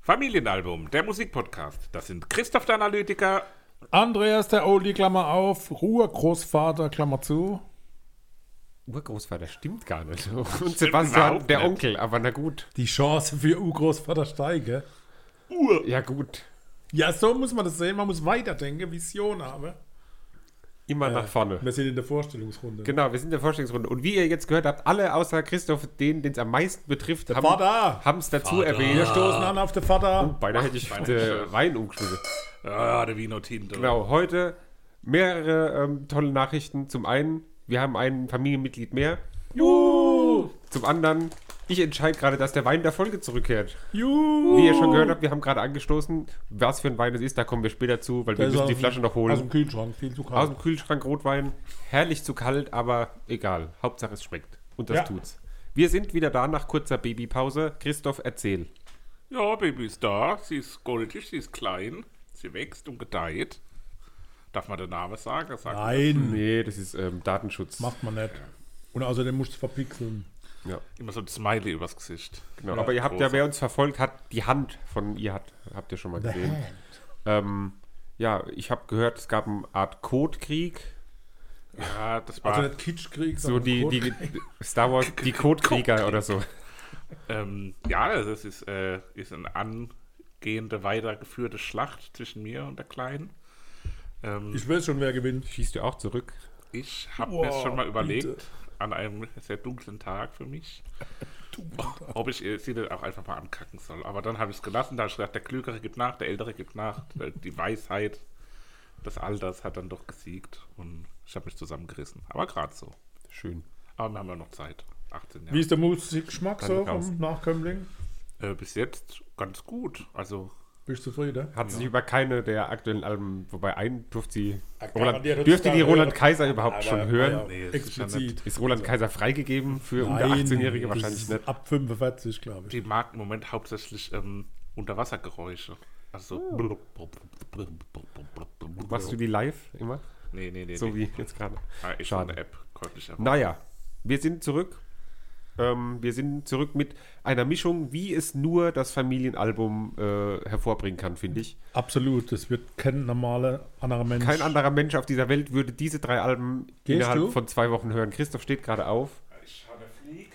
Familienalbum, der Musikpodcast. Das sind Christoph der Analytiker. Andreas der Oldie, Klammer auf, Ruhr Großvater, Klammer zu. Urgroßvater stimmt gar nicht. Und Sebastian, überhaupt der nicht. Onkel, aber na gut. Die Chance für U-Großvater steige. Ja, gut. Ja, so muss man das sehen. Man muss weiterdenken, Vision haben. Immer nach vorne. Wir sind in der Vorstellungsrunde. Genau, wir sind in der Vorstellungsrunde. Und wie ihr jetzt gehört habt, alle außer Christoph, den den es am meisten betrifft, Vater! haben es dazu erwähnt. Wir stoßen an auf den Vater. Beinahe hätte ich beinahe. äh, Wein umgeschüttet. Ah, der Vino Tinto. Genau, heute mehrere ähm, tolle Nachrichten. Zum einen, wir haben ein Familienmitglied mehr. Juhu! Zum anderen, ich entscheide gerade, dass der Wein der Folge zurückkehrt. Juhu! Wie ihr schon gehört habt, wir haben gerade angestoßen, was für ein Wein es ist. Da kommen wir später zu, weil wir müssen die Flasche noch holen. Also, Aus dem Kühlschrank, viel zu kalt. Aus dem Kühlschrank Rotwein. Herrlich zu kalt, aber egal. Hauptsache es schmeckt. Und das Ja. tut's. Wir sind wieder da nach kurzer Babypause. Christoph, erzähl. Ja, Baby ist da. Sie ist goldig, sie ist klein. Sie wächst und gedeiht. Darf man den Namen sagen? Sag Nein, Nee, das ist ähm, Datenschutz. macht man nicht. Und außerdem musst du es verpixeln. Ja, Immer so ein Smiley übers Gesicht. genau. aber ihr habt ja, wer uns verfolgt hat, die Hand von ihr hat, habt ihr schon mal gesehen. Ähm, ja, ich habe gehört, es gab eine Art Codekrieg. Ja, das war. Also nicht Kitschkrieg, So die, die Star Wars, die Codekrieger oder so. ähm, ja, das ist, äh, ist eine angehende, weitergeführte Schlacht zwischen mir und der Kleinen. Ähm, Ich weiß schon, wer gewinnt. Schießt du auch zurück? Ich habe Boah, mir schon mal überlegt, bitte. an einem sehr dunklen Tag für mich, ob ich äh, sie dann auch einfach mal ankacken soll. Aber dann habe ich es gelassen, da habe ich gedacht, der Klügere gibt nach, der Ältere gibt nach. Äh, Die Weisheit des Alters hat dann doch gesiegt und ich habe mich zusammengerissen. Aber gerade so. Schön. Aber wir haben ja noch Zeit. 18 Jahre. Wie ist der Musikgeschmack Dann so raus. vom Nachkömmling? Äh, bis jetzt ganz gut. Also, Bist du zufrieden? Hat sich über keine der aktuellen Alben, wobei einen durfte sie. Roland, garantiert dürfte die sogar Roland hören. Kaiser überhaupt schon hören? Nee, das ist ja explizit. Ist Roland Kaiser freigegeben für unter Nein, 18-Jährige das wahrscheinlich ist nicht? Ab 45, glaube ich. die mag im Moment hauptsächlich ähm, Unterwassergeräusche. Also, Oh. Machst du die live immer? nee, nee, nee. So nee. wie jetzt gerade. Ah, ist schon eine Schade. App, konnte ich aber. Naja, wir sind zurück. Ähm, wir sind zurück mit einer Mischung, wie es nur das Familienalbum äh, hervorbringen kann, finde ich. Absolut, das wird kein normaler anderer Mensch. Kein anderer Mensch auf dieser Welt würde diese drei Alben Gehst innerhalb du? von zwei Wochen hören. Christoph steht gerade auf, Ich habe Flieg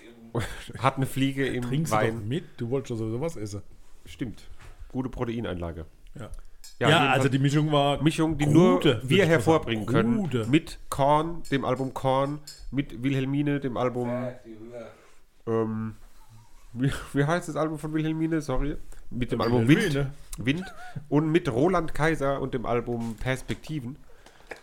im hat eine Fliege im Trinkst du doch Wein. mit? Du wolltest doch sowieso was essen. Stimmt. Gute Proteineinlage. Ja, Ja, ja, jedenfalls also die Mischung war Mischung, die Gute, nur würde wir ich hervorbringen mal sagen. können. Gute. Mit Korn, dem Album Korn, mit Wilhelmine, dem Album. Ähm, wie, wie heißt das Album von Wilhelmine? Sorry. Mit dem Album Wind, Wilhelmine. Wind. Und mit Roland Kaiser und dem Album Perspektiven.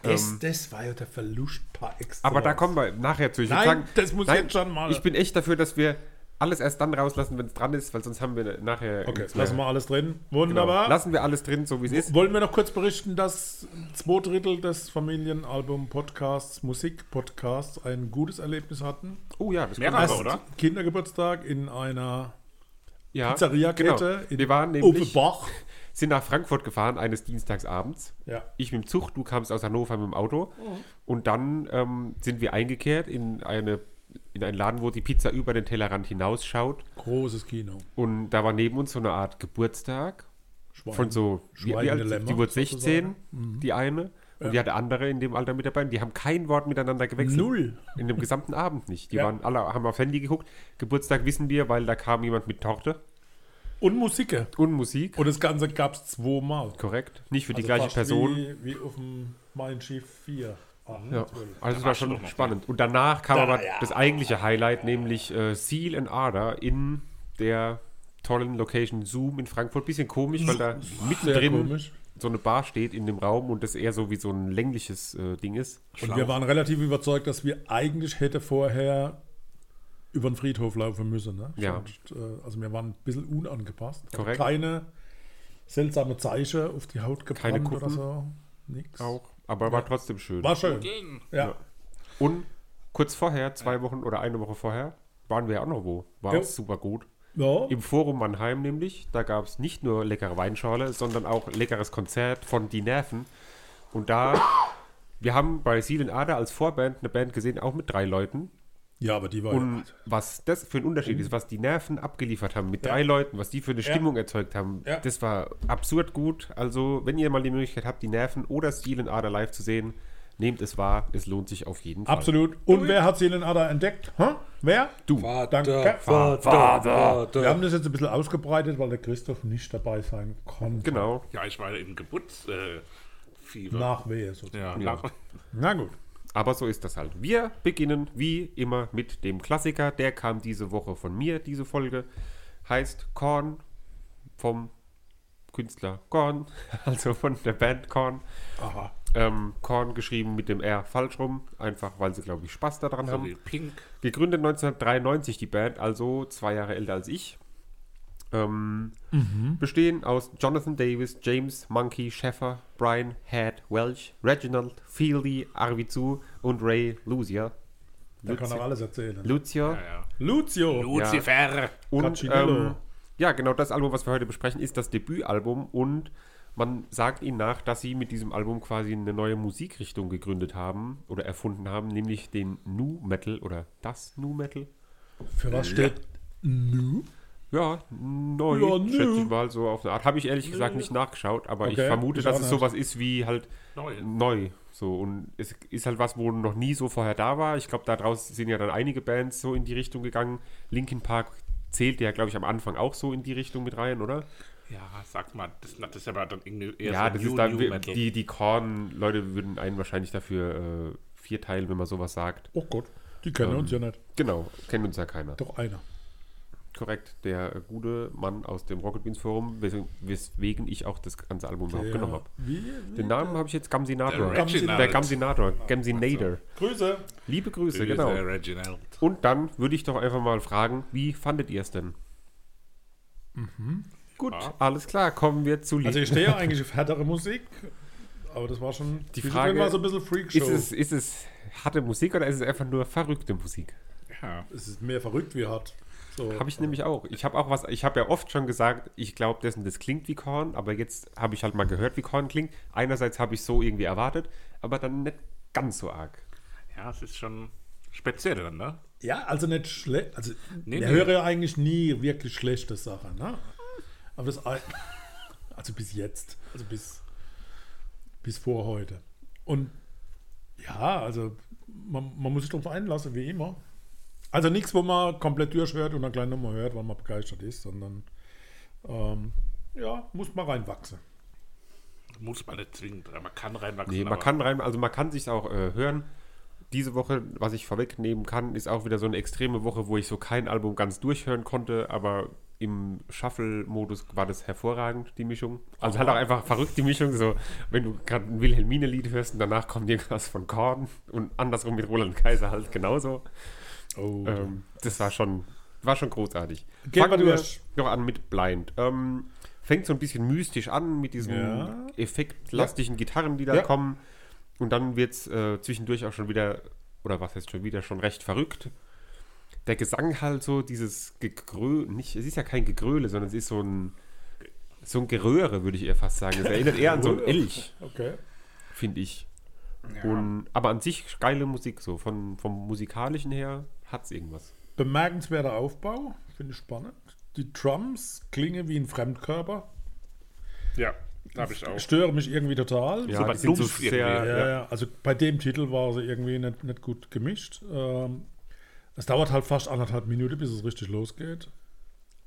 Das, das war ja der Verlust par excellence. Aber da kommen wir nachher zu. Ich würd Nein, das muss jetzt schon mal- Ich bin echt dafür, dass wir alles erst dann rauslassen, wenn es dran ist, weil sonst haben wir nachher. Okay, nichts mehr. lassen wir alles drin. Genau. Wunderbar. Lassen wir alles drin, so wie es ist. Wollen wir noch kurz berichten, dass zwei Drittel des Familienalbum-Podcasts, Musik-Podcasts, ein gutes Erlebnis hatten? Oh ja, das Mehrere, kommt- oder? Kindergeburtstag in einer Ja, Pizzeria-Kette genau. in Wir waren nämlich, Ovenbach. sind nach Frankfurt gefahren eines Dienstagsabends. Ja. Ich mit dem Zug, du kamst aus Hannover mit dem Auto. Und dann ähm, sind wir eingekehrt in, eine, in einen Laden, wo die Pizza über den Tellerrand hinausschaut. Großes Kino. Und da war neben uns so eine Art Geburtstag Schwein. von so, wie, wie Schweigende alt, Lämmer, die wurde sozusagen. Mhm. 16, die eine. Und die hatte andere in dem Alter mit dabei. Und Die haben kein Wort miteinander gewechselt. Null. In dem gesamten Abend nicht. Die Ja. waren alle, haben aufs Handy geguckt. Geburtstag wissen wir, weil da kam jemand mit Torte Und Musike. und Musik. Und das Ganze gab es zweimal. Korrekt. Nicht für die Also gleiche fast Person. Wie, wie auf dem Mein Schiff 4. Ah, Ja, natürlich. also es war schon spannend. Und danach kam aber das eigentliche Highlight, nämlich äh, Seal and Arder in der tollen Location Zoom in Frankfurt. Bisschen komisch, weil da mittendrin komisch. so eine Bar steht in dem Raum und das eher so wie so ein längliches äh, Ding ist. Und wir waren relativ überzeugt, dass wir eigentlich hätte vorher über den Friedhof laufen müssen. Ne? Ja. Sonst, äh, also wir waren ein bisschen unangepasst. Also Korrekt. Keine seltsame Zeichen auf die Haut gebrannt Kuppen. oder so. Nix. Auch. Aber war trotzdem schön. War schön. Ja. Und kurz vorher, zwei Wochen oder eine Woche vorher, waren wir ja auch noch wo. War Jo. super gut. ja. Im Forum Mannheim nämlich, da gab es nicht nur leckere Weinschorle, sondern auch leckeres Konzert von Die Nerven. Und da, wir haben bei Seal and Ada als Vorband eine Band gesehen, auch mit drei Leuten. Ja, aber die war Oh ja. Mhm. Und was das für ein Unterschied ist, was die Nerven abgeliefert haben mit Ja. drei Leuten, was die für eine Stimmung erzeugt haben, Ja. das war absurd gut. Also, wenn ihr mal die Möglichkeit habt, die Nerven oder Steel and Ada live zu sehen, nehmt es wahr, es lohnt sich auf jeden Fall. Absolut. Und wer hat Seelen Ada entdeckt? Hä? Wer? Du. Danke. Vater, Vater. Wir haben das jetzt ein bisschen ausgebreitet, weil der Christoph nicht dabei sein konnte. Genau. Ja, ich war im Geburtsfieber. Äh, Fieber. Nachwehe sozusagen. ja, Ja. nach- Na gut. Aber so ist das halt. Wir beginnen wie immer mit dem Klassiker. Der kam diese Woche von mir, diese Folge. Heißt Korn vom Künstler Korn, also von der Band Korn. Aha. Ähm, Korn geschrieben mit dem R falsch rum, einfach weil sie, glaube ich, Spaß daran so haben. wie Pink. Gegründet 1993 die Band, also zwei Jahre älter als ich. Ähm, Mhm. Bestehen aus Jonathan Davis, James Monkey, Sheffer, Brian Head, Welch, Reginald, Fieldy, Arvizu und Ray Lucia. Da kann er alles erzählen. Lucio. Ja, ja. Lucio. Lucifer. Und Caccinello. ähm, ja, genau das Album, was wir heute besprechen, ist das Debütalbum und man sagt ihnen nach, dass sie mit diesem Album quasi eine neue Musikrichtung gegründet haben oder erfunden haben, nämlich den Nu Metal oder das Nu Metal. Für was steht Nu? Ja, neu, Ja, nö. schätze ich mal so auf eine Art. Habe ich ehrlich gesagt nicht nachgeschaut, aber ich Okay, vermute, ich dass auch nicht. es sowas ist wie halt Neu. neu. So, und es ist halt was, wo noch nie so vorher da war. Ich glaube, daraus sind ja dann einige Bands so in die Richtung gegangen. Linkin Park zählte ja, glaube ich, am Anfang auch so in die Richtung mit rein, oder? Ja, sag mal, das, das ist aber dann irgendwie eher Ja, so das New- ist dann, New wir- Metal. die, die Korn-Leute würden einen wahrscheinlich dafür äh, vierteilen, wenn man sowas sagt. Oh Gott, die kennen uns ja nicht. Genau, kennt uns ja keiner. Doch einer. Korrekt, der äh, gute Mann aus dem Rocket Beans Forum, wes weswegen ich auch das ganze Album überhaupt genommen habe. Wie? Den Namen habe ich jetzt Gamsinator. Der Reginald. Der Gamsinator. Gamsinator. Grüße. Liebe Grüße, Grüße, genau. Reginald. Und dann würde ich doch einfach mal fragen, wie fandet ihr es denn? Gut, Ja. alles klar, kommen wir zu Lied. Mhm. Also ich stehe ja eigentlich auf härtere Musik, aber das war schon... Die Zwischendrin Frage- war so ein bisschen Freakshow. ist, es, ist es harte Musik oder ist es einfach nur verrückte Musik? Ja. es ist mehr verrückt wie hart. So. Habe ich nämlich auch. Ich habe auch was, ich habe ja oft schon gesagt, ich glaube, dessen das klingt wie Korn, aber jetzt habe ich halt mal gehört, wie Korn klingt. Einerseits habe ich so irgendwie erwartet, aber dann nicht ganz so arg. ja, es ist schon speziell dann, ne? Ja, also nicht schlecht. Also, Nee, ich nee. höre ja eigentlich nie wirklich schlechte Sachen. Ne? Aber das. ei- Also bis jetzt. Also bis, bis vor heute. Und ja, also man, man muss sich darauf einlassen, wie immer. Also nichts, wo man komplett durchhört und eine kleine Nummer hört, weil man begeistert ist, sondern ähm, ja, muss man reinwachsen. Muss man nicht zwingend, aber man kann reinwachsen. Nee, man aber kann rein, also man kann sich auch äh, hören. Diese Woche, was ich vorwegnehmen kann, ist auch wieder so eine extreme Woche, wo ich so kein Album ganz durchhören konnte, aber im Shuffle-Modus war das hervorragend, die Mischung. Also halt auch einfach verrückt die Mischung, so wenn du gerade ein Wilhelmine-Lied hörst und danach kommt irgendwas von Korn und andersrum mit Roland Kaiser halt genauso. Oh, Ähm, das war schon, war schon großartig. Gehen wir Fangen wir durch. noch an mit Blind. Ähm, fängt so ein bisschen mystisch an mit diesen Ja. effektlastigen Gitarren, die da Ja. kommen. Und dann wird es äh, zwischendurch auch schon wieder, oder was heißt schon wieder, schon recht verrückt. Der Gesang halt so, dieses Gegröle, nicht, es ist ja kein Gegröle, sondern es ist so ein, so ein Geröhre, würde ich eher fast sagen. Es erinnert eher an so ein Elch, okay. finde ich. Und, aber an sich geile Musik, so von, vom musikalischen her hat es irgendwas. Bemerkenswerter Aufbau, finde ich spannend. Die Drums klingen wie ein Fremdkörper. Ja, habe ich auch. Störe mich irgendwie total. Ja, So die was sind so dumpf sehr, irgendwie. Ja, ja. ja, also bei dem Titel war sie irgendwie nicht, nicht gut gemischt. Ähm, es dauert halt fast anderthalb Minuten, bis es richtig losgeht.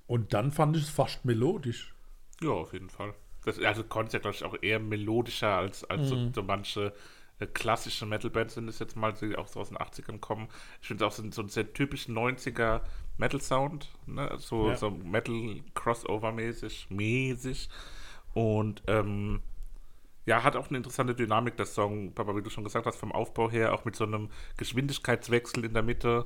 Und dann fand ich es fast melodisch. Ja, auf jeden Fall. Das, also Korn ist ja, glaube ich, auch eher melodischer als, als so, so manche äh, klassische Metal-Bands sind es jetzt mal, die auch so aus den 80ern kommen. Ich finde es auch so, ein- so ein sehr typisch 90er Metal-Sound, ne? so, Ja. so Metal-Crossover-mäßig, mäßig. Und ähm, ja, hat auch eine interessante Dynamik, der Song, Papa, wie du schon gesagt hast, vom Aufbau her, auch mit so einem Geschwindigkeitswechsel in der Mitte,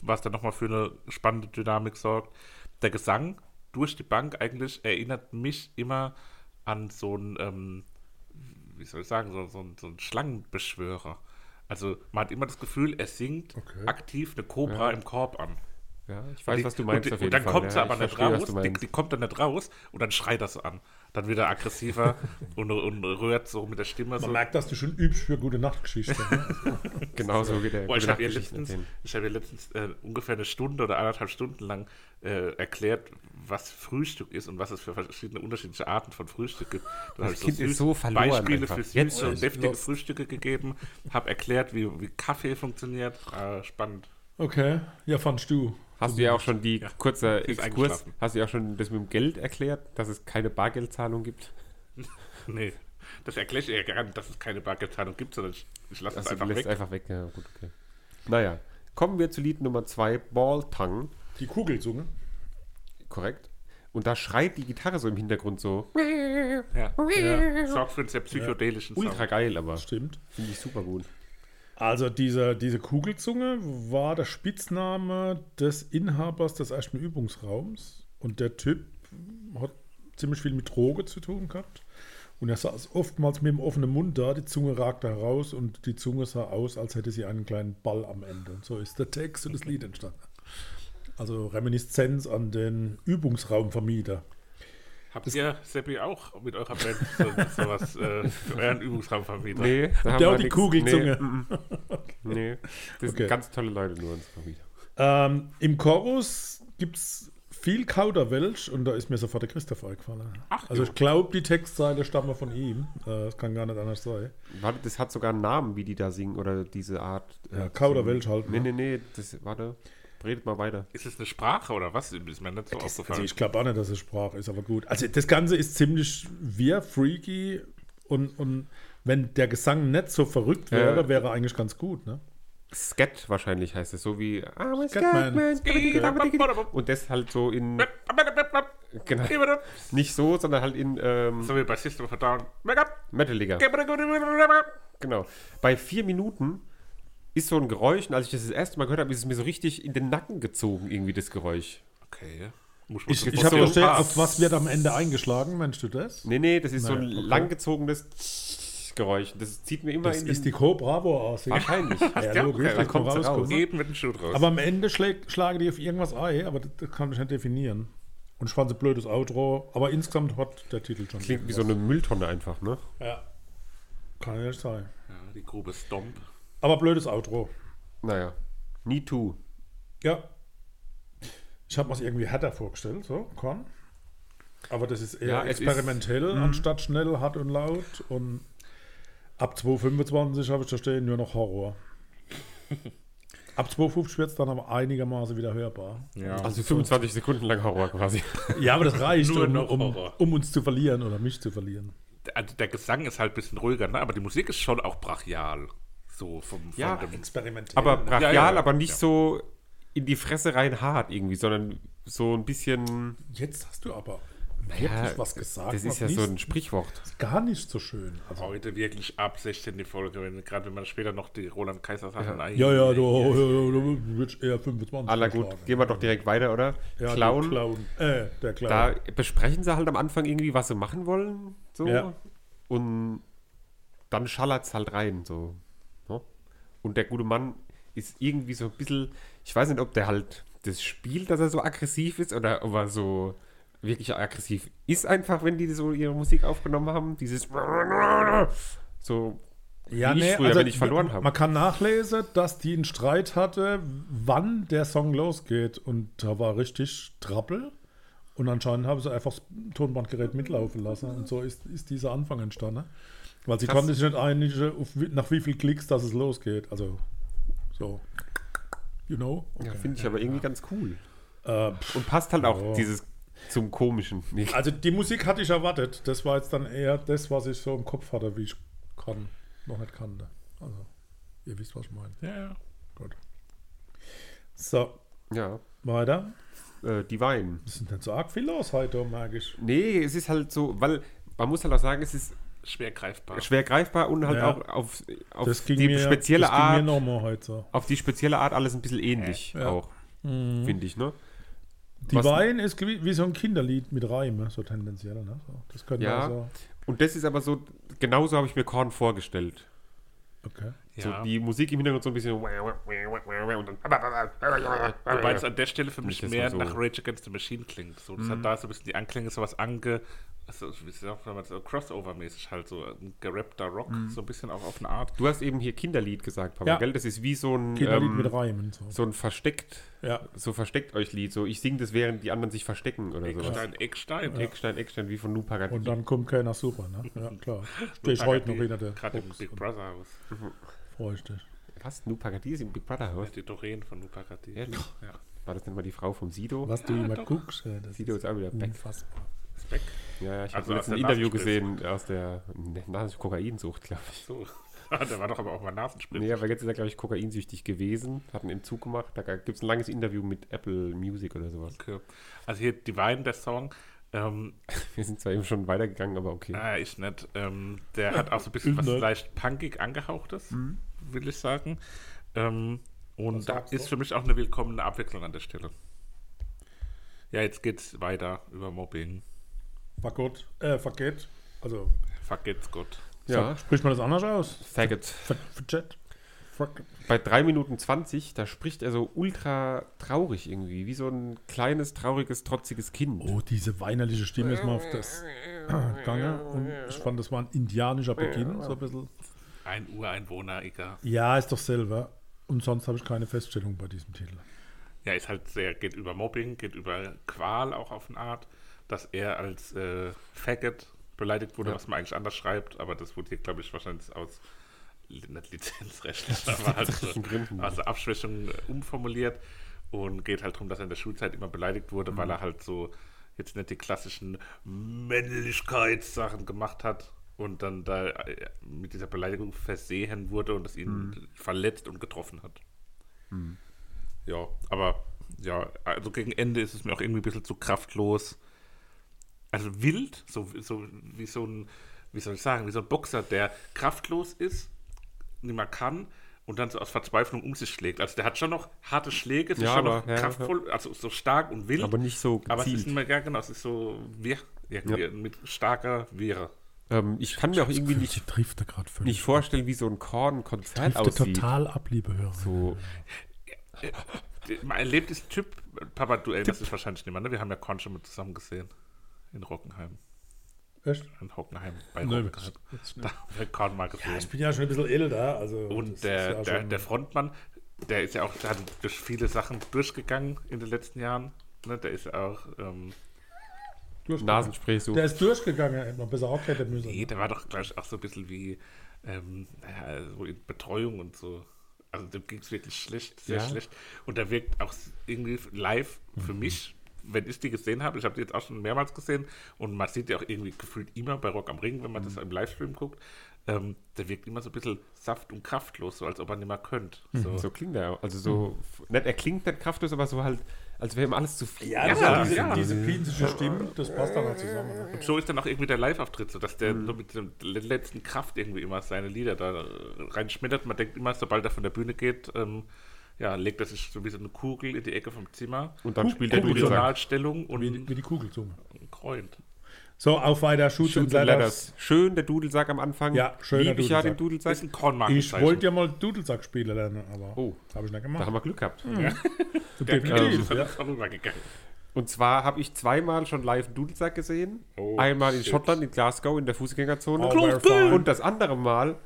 was dann nochmal für eine spannende Dynamik sorgt. Der Gesang durch die Bank eigentlich erinnert mich immer an so ein, ähm, wie soll ich sagen, so, so, ein- so ein Schlangenbeschwörer. Also man hat immer das Gefühl, er singt Okay. aktiv eine Cobra im Korb an. Ja, ich weiß, Die- was du meinst Und, auf die- und jeden dann Fall. kommt sie ja, aber ich nicht verstehe, was raus, du die, meinst. die kommt dann nicht raus und dann schreit das an. Dann wird er aggressiver und, und rührt so mit der Stimme Man so. merkt, dass du schon übst für gute Nachtgeschichten. Ne? Genau so geht der Boah, ich gute habe ihr Nachtgeschichten letztens, erzählen. ich hab ihr letztens äh, ungefähr eine Stunde oder anderthalb Stunden lang äh, erklärt, was Frühstück ist und was es für verschiedene unterschiedliche Arten von Frühstück gibt. Dann hab ich Kind süß- ist so verloren Beispiele einfach. für Jetzt süße und ist deftige lost. Frühstücke gegeben, habe erklärt, wie, wie Kaffee funktioniert. Äh, spannend. Okay, ja, fandst du. Hast du ja auch schon die Ja. kurze Sie ist Exkurs, eingeschlafen. hast du ja auch schon das mit dem Geld erklärt, dass es keine Bargeldzahlung gibt? Nee, das erkläre ich ihr gar nicht, dass es keine Bargeldzahlung gibt, sondern ich, ich lasse es Also du einfach lässt weg. einfach weg. Ja, gut, okay. Naja, kommen wir zu Lied Nummer 2, Ball Tongue, Die ne? Kugelzunge. korrekt? Und da schreit die Gitarre so im Hintergrund so. Ja. Ja. Sorgt für einen sehr psychedelischen Ultra Sound. geil, aber Stimmt. finde ich super gut. Also diese, diese Kugelzunge war der Spitzname des Inhabers des ersten Übungsraums. Und der Typ hat ziemlich viel mit Droge zu tun gehabt. Und er saß oftmals mit dem offenen Mund da, die Zunge ragte heraus und die Zunge sah aus, als hätte sie einen kleinen Ball am Ende. Und so ist der Text und das Lied entstanden. Also Reminiszenz an den Übungsraumvermieter. Habt ihr, Seppi, auch mit eurer Band so, sowas äh, für euren Übungsraum vermietet? Nee, da Der haben wir auch die nix. Kugelzunge. Nee, mm, mm. nee. das Okay. sind ganz tolle Leute nur uns mal wieder. Ähm, Im Chorus gibt es viel Kauderwelsch und da ist mir sofort der Christoph eingefallen. Ach, also jo. ich glaube, die Textzeile stammen von ihm. Äh, Das kann gar nicht anders sein. Warte, das hat sogar einen Namen, wie die da singen oder diese Art. äh, Ja, Kauderwelsch halt. Nee, ne? nee, nee, das, warte, redet mal weiter. Ist es eine Sprache oder was? Ist mir nicht so Also aufgefallen. ich glaube auch nicht, dass es Sprache ist, aber gut. Also das Ganze ist ziemlich wir freaky und, und wenn der Gesang nicht so verrückt wäre, Ja. wäre eigentlich ganz gut. Ne? Skat wahrscheinlich heißt es, so wie I'm a Scatman. Scatman. Und das halt so in, genau, nicht so, sondern halt in ähm, So wie bei System of a Down. Metaliger. Genau. Bei vier Minuten ist so ein Geräusch, und als ich das das erste Mal gehört habe, ist es mir so richtig in den Nacken gezogen, irgendwie das Geräusch. Okay. Muss man Ich, kurz ich hab habe so- verstanden, Ah, auf was wird am Ende eingeschlagen, meinst du das? Nee, nee, das ist so Naja, ein okay. langgezogenes Geräuch. Das zieht mir immer Das in ist die den... Cobra aus. Wahrscheinlich. Ja, logisch, Da das kommt kommt's raus. raus. Eben mit dem Schuh raus. Aber am Ende schläg, schlagen die auf irgendwas ein, aber das, das kann ich nicht definieren. Und ich fand sie blödes Outro, aber insgesamt hat der Titel schon. Klingt wie so eine Mülltonne einfach, ne? Ja. Kann ja nicht sein. ja, die Grube Stomp. Aber blödes Outro. Naja. Need to. Ja. Ich habe mir es irgendwie härter vorgestellt, so, kann. Aber das ist eher Ja, es Mhm. experimentell, anstatt schnell, hart und laut. Und ab 2,25 habe ich da stehen nur noch Horror. ab 2,50 wird es dann aber einigermaßen wieder hörbar. Ja. Also 25 Sekunden lang Horror quasi. Ja, aber das reicht, Nur um, noch um, Horror. um uns zu verlieren oder mich zu verlieren. Also der Gesang ist halt ein bisschen ruhiger, ne? aber die Musik ist schon auch brachial. So vom, von Ja, dem Experimentell. Aber brachial, ja, ja. aber nicht Ja. so in die Fresse rein hart irgendwie, sondern so ein bisschen... jetzt hast du aber Ja, wirklich was gesagt. Das was ist ja nicht, so Oh, ein Sprichwort. gar nicht so schön. Also, heute wirklich ab 16 die Folge, wenn, gerade wenn man später noch die Roland Kaiser Sachen ja. ja, ja, du, ja, ja, du würdest eher 25 Aller gut, vorschlagen. gehen wir doch direkt weiter, oder? genau. Ja, du Clown. Clown. Äh, der Clown. Da besprechen sie halt am Anfang irgendwie, was sie machen wollen. So. Ja. Und dann schallert es halt rein. So. Ne? Und der gute Mann ist irgendwie so ein bisschen, ich weiß nicht, ob der halt das spielt, dass er so aggressiv ist oder ob er so wirklich aggressiv ist, einfach, wenn die so ihre Musik aufgenommen haben. Dieses so ja, also wie ich früher, wenn ich verloren habe. Man kann nachlesen, dass die einen Streit hatte, wann der Song losgeht. Und da war richtig Trappel. Und anscheinend haben sie einfach das Tonbandgerät mitlaufen lassen. Und so ist, ist dieser Anfang entstanden. Weil sie Krass. konnten sich nicht einigen, auf, wie- nach wie viel Klicks, dass es losgeht. Also, so. You know? ja, finde ich aber irgendwie ganz cool. Äh, Und passt halt auch Ja. dieses zum Komischen. also, die Musik hatte ich erwartet. Das war jetzt dann eher das, was ich so im Kopf hatte, wie ich kann, noch nicht kannte. Also, ihr wisst, was ich meine. Ja, ja. Gut. So, Ja, weiter. äh, Divine. Es sind nicht so arg viel los heute, merke ich. Nee, es ist halt so, weil man muss halt auch sagen, es ist Schwer greifbar. schwer greifbar und halt Ja. auch auf, auf Das ging die mir, spezielle das ging Art, mir nochmal heute so. auf die spezielle Art alles ein bisschen ähnlich Ja. Mhm. auch, finde ich, ne? Was- Divine ist gewi- wie so ein Kinderlied mit Reime, so tendenziell. Ne? So, das könnte Ja. also. Und das ist aber so, genauso habe ich mir Korn vorgestellt. Okay. So die Musik im Hintergrund so ein bisschen. Und dann Ah, Wobei es an der Stelle für mich jetzt mehr mal so- nach Rage Against the Machine klingt. So, das Mhm. hat da so ein bisschen die Anklänge, sowas ange. Also, wie sagt man, so Crossover-mäßig halt, so ein gerappter Rock, Mhm. so ein bisschen auch auf eine Art. Du hast eben hier Kinderlied gesagt, Papa, Ja. gell? Das ist wie so ein, Kinderlied mit ähm, Reimen. So. so ein versteckt, Ja. so versteckt euch Lied. So ich singe das, während die anderen sich verstecken oder sowas. Eckstein, Also, Eckstein. Eckstein, Eckstein, wie von Nupagati. Und dann kommt keiner super, ne? Ja, klar. Stehe ich heute noch hinter der Gerade im Box Big und Brother Haus. freue ich dich. Was? Nupagati ist im Big Brother House? Die Doreen von Lupagati. Ehrlich? Ja. War das nicht mal die Frau vom Sido? Was du immer guckst, äh, das Sido ist ist auch wieder back. unfassbar. Ist weg. Ja, ja, ich Hm. Also habe aus letztens ein der Interview Nasenspritze. gesehen aus der ne, Nasen- Kokainsucht, glaube ich. So. Ah, der war doch aber auch mal Nasenspritze. Nee, aber jetzt ist er, glaube ich, kokainsüchtig gewesen, hat einen Entzug gemacht. Da gibt es ein langes Interview mit Apple Music oder sowas. Okay. Also hier Divine, der Song. Ähm, Wir sind zwar eben schon weitergegangen, aber okay. Ah, ich nicht. Ähm, der hat auch so ein bisschen Ich was nicht. Mhm. leicht punkig angehauchtes, will ich sagen. Ähm, und Was da sagst du? ist für mich auch eine willkommene Abwechslung an der Stelle. Ja, jetzt geht's weiter über Mobbing. Fagott, äh, Fagett. Also, Fuck it's Gott. ja, sag- spricht man das anders aus? Faggot. Fagett? Fagett? Bei 3 Minuten 20, da spricht er so ultra traurig irgendwie, wie so ein kleines, trauriges, trotziges Kind. Oh, diese weinerliche Stimme ist mal auf das Gange. Und ich fand, das war ein indianischer Beginn, so ein bisschen. Ein Ureinwohner, egal. Ja, ist doch selber. Und sonst habe ich keine Feststellung bei diesem Titel. Ja, ist halt sehr, geht über Mobbing, geht über Qual auch auf eine Art, dass er als äh, Faggot beleidigt wurde, Ja. was man eigentlich anders schreibt, aber das wurde hier, glaube ich, wahrscheinlich aus li- nicht lizenzrechtlich, aber halt so, Lizenzrechtlichen Gründen. aus der Abschwächung äh, umformuliert und geht halt darum, dass er in der Schulzeit immer beleidigt wurde, weil Mhm. er halt so jetzt nicht die klassischen Männlichkeitssachen gemacht hat und dann da äh, mit dieser Beleidigung versehen wurde und das ihn Mhm. verletzt und getroffen hat. Ja, aber ja, also gegen Ende ist es mir auch irgendwie ein bisschen zu kraftlos. Also wild, so, so wie so ein, wie soll ich sagen, wie so ein Boxer, der kraftlos ist, nicht mehr kann und dann so aus Verzweiflung um sich schlägt. Also der hat schon noch harte Schläge, es ist Ja, schon aber- noch ja, kraftvoll, also so stark und wild. Aber nicht so aber es ist nicht gezielt. mehr, ja, genau, es ist so wir, ja, Ja. mit starker Wehre. Ähm, ich kann mir auch irgendwie nicht, Die trifft er gerade völlig. nicht vorstellen, wie so ein Korn-Konzert trifft er aussieht. total ab, liebe Hörer. So, Äh, Man erlebt das Typ, Papa Duell, das ist wahrscheinlich niemand, ne? Wir haben ja Concho mit zusammen gesehen in Rockenheim. Echt? in Hockenheim bei Nö, Rockenheim. Da haben wir Korn mal gesehen. Ich bin ja schon ein bisschen älter. Also das und ist der, ja der, schon- der Frontmann, der ist ja auch der hat durch viele Sachen durchgegangen in den letzten Jahren. Ne, der ist ja auch, ähm, durchgegangen. Nasenspray so. der ist durchgegangen, hätte man besser auch hätte müssen. nee, der war doch gleich auch so ein bisschen wie ähm, naja, so in Betreuung und so. Also dem ging es wirklich schlecht, sehr Ja. schlecht. Und der wirkt auch irgendwie live für mich, wenn ich die gesehen habe, ich habe die jetzt auch schon mehrmals gesehen und man sieht ja auch irgendwie gefühlt immer bei Rock am Ring, wenn man das im Livestream guckt, ähm, der wirkt immer so ein bisschen saft und kraftlos, so als ob er nicht mehr könnte. So. So klingt er. auch. Also Mhm. so, f- nicht, er klingt nicht kraftlos, aber so halt, als wäre ihm alles zu viel. Ja, das Ja, hat diese, ja. diese pinzige Stimme, das passt dann halt zusammen. ne? So ist dann auch irgendwie der Live-Auftritt, so dass Mhm. der so mit der letzten Kraft irgendwie immer seine Lieder da äh, reinschmettert. Man denkt immer, sobald er von der Bühne geht, ähm, ja, legt er sich so wie so eine Kugel in die Ecke vom Zimmer. Und dann Guck, spielt er guck, wie so Dudelsack. Personalstellung Wie, und wie die Kugelzunge. Kreund. So, auf weiter Shoots and Shoots and Ladders. Schön der Dudelsack am Anfang. Ja, schöner Lieb ich ja den Dudelsack. Dudelsack. Das ist ein Kornmarkt. Ich wollte ja mal Dudelsack spielen lernen, aber Oh. habe ich nicht Da gemacht. haben wir Glück gehabt. Hm. Definitiv, ja. vorübergegangen. Und zwar habe ich zweimal schon live einen Dudelsack gesehen. Oh, Einmal in shit. Schottland, in Glasgow, in der Fußgängerzone. Oh, we're fine. und das andere Mal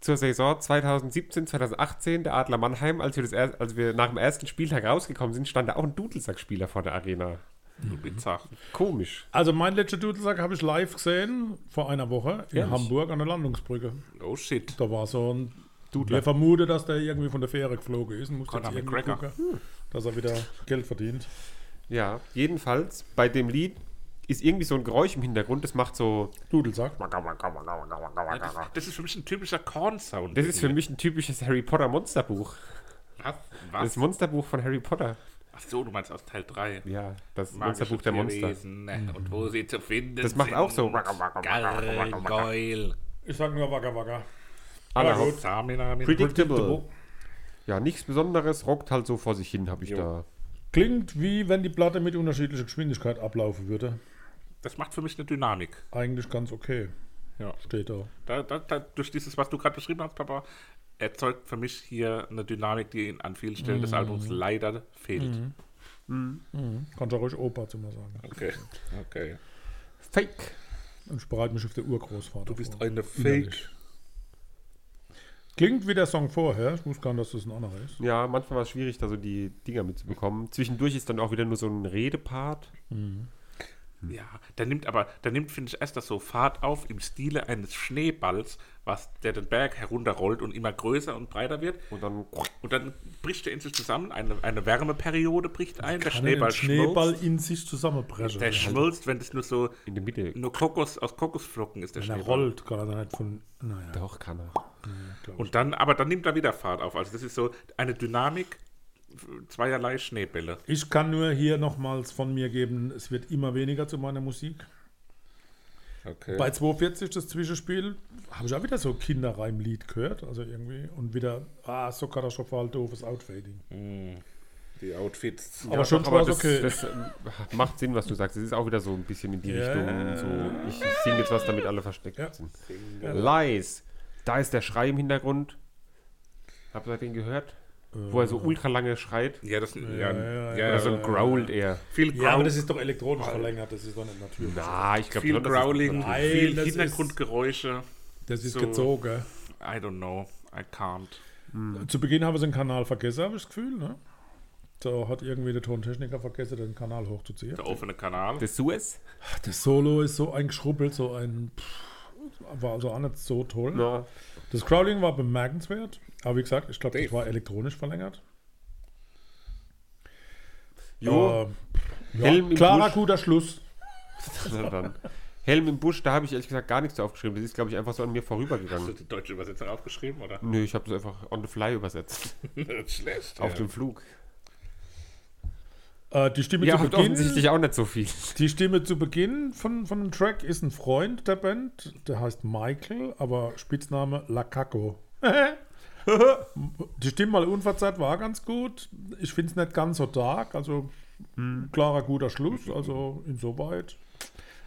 zur Saison 2017, 2018, der Adler Mannheim, als wir, das erst, als wir nach dem ersten Spieltag rausgekommen sind, stand da auch ein Dudelsackspieler vor der Arena. So bizarr. Komisch. Also mein letzter Dudelsack habe ich live gesehen, vor einer Woche, in Ehrlich? Hamburg an der Landungsbrücke. Oh shit. Da war so ein Dudler. Wir vermuten, dass der irgendwie von der Fähre geflogen ist und muss Conor jetzt irgendwie McGregor. gucken, Hm. dass er wieder Geld verdient. Ja, jedenfalls, bei dem Lied ist irgendwie so ein Geräusch im Hintergrund, das macht so. Dudelsack. Das ist für mich ein typischer Korn-Sound. Das ist für mich ein typisches Harry Potter Monsterbuch. Was? Das Was? Monsterbuch von Harry Potter. Ach so, du meinst aus Teil 3. Ja, das Magische Monsterbuch der Monster. Tierwesen, ne, Und wo sie zu finden Das macht sind. auch so. Gargoyle. Ich sag nur Wagga Wagga. Aller gut. Haupt- Samina mit Predictable. Ja, nichts Besonderes, rockt halt so vor sich hin, habe ich Jo. da. Klingt wie wenn die Platte mit unterschiedlicher Geschwindigkeit ablaufen würde. Das macht für mich eine Dynamik. Eigentlich ganz okay. Ja. Steht da. Da, da, da, durch dieses, was du gerade beschrieben hast, Papa, erzeugt für mich hier eine Dynamik, die an vielen Stellen des Albums leider fehlt. Kannst du ruhig Opa zu mir sagen. Okay, okay. Fake. Und ich bereite mich auf der Urgroßvater Du bist vor. eine Innerlich. Fake. Klingt wie der Song vorher. Ich wusste gar nicht, dass das ein anderer ist. Ja, manchmal war es schwierig, da so die Dinger mitzubekommen. Zwischendurch ist dann auch wieder nur so ein Redepart. Mhm. Ja, der nimmt aber, der nimmt, finde ich, erst das so Fahrt auf im Stile eines Schneeballs, was der den Berg herunterrollt und immer größer und breiter wird. Und dann Und dann bricht er in sich zusammen, eine, eine Wärmeperiode bricht ein, der Kann er den Schneeball Schneeball schmilzt. in sich zusammenbrechen. Der schmilzt, wenn das nur so, in der Mitte. nur Kokos, aus Kokosflocken ist der Wenn er Schneeball. rollt, kann er nicht von. Naja. Doch, kann er. Und dann, aber dann nimmt er wieder Fahrt auf. Also das ist so eine Dynamik zweierlei Schneebälle. Ich kann nur hier nochmals von mir geben, es wird immer weniger zu meiner Musik. Okay. Bei 240 das Zwischenspiel habe ich auch wieder so Kinderreimlied gehört, also irgendwie und wieder ah so katastrophal doofes Outfading. Die Outfits. aber schon Aber Spaß das, okay. das ähm, macht Sinn, was du sagst. Es ist auch wieder so ein bisschen in die Ja. Richtung. So, ich singe jetzt was, damit alle versteckt Ja. sind. Lies. Da ist der Schrei im Hintergrund. Habt ihr den gehört? Wo er so Äh. ultra lange schreit. Ja, das ja, ja, ja, ja, ja, also Oder so ein Growl eher. viel Growl, ja, aber das ist doch elektronisch verlängert, das ist doch nicht natürlich. Na, ich glaube viel Growling, Nein, viel das ist- Hintergrundgeräusche. Das ist So. gezogen. I don't know, I can't. Zu Beginn haben sie den Kanal vergessen, habe ich das Gefühl, ne? Da hat irgendwie der Tontechniker vergessen, den Kanal hochzuziehen. Der offene Kanal. Des Suez? Das Solo ist so ein geschrubbelt, so ein pff, war also auch nicht so toll. Ja. Das Crowding war bemerkenswert, aber wie gesagt, ich glaube, das Dave. war elektronisch verlängert. Jo. Äh, ja, Helm im klarer, Busch. guter Schluss. Na Ne, dann. Helm im Busch, da habe ich ehrlich gesagt gar nichts zu aufgeschrieben. Das ist, glaube ich, einfach so an mir Hast du vorübergegangen. die deutsche Übersetzung aufgeschrieben, oder? Nö, ich habe das einfach on the fly übersetzt. Schlecht. Auf ja. dem Flug. Äh, die, Stimme Ihr zu habt Beginn, offensichtlich auch nicht so viel. die Stimme zu Beginn von, von dem Track ist ein Freund der Band, der heißt Michael, aber Spitzname Lakako. die Stimme mal unverzerrt war ganz gut. Ich finde es nicht ganz so dark, also klarer, guter Schluss. Also insoweit.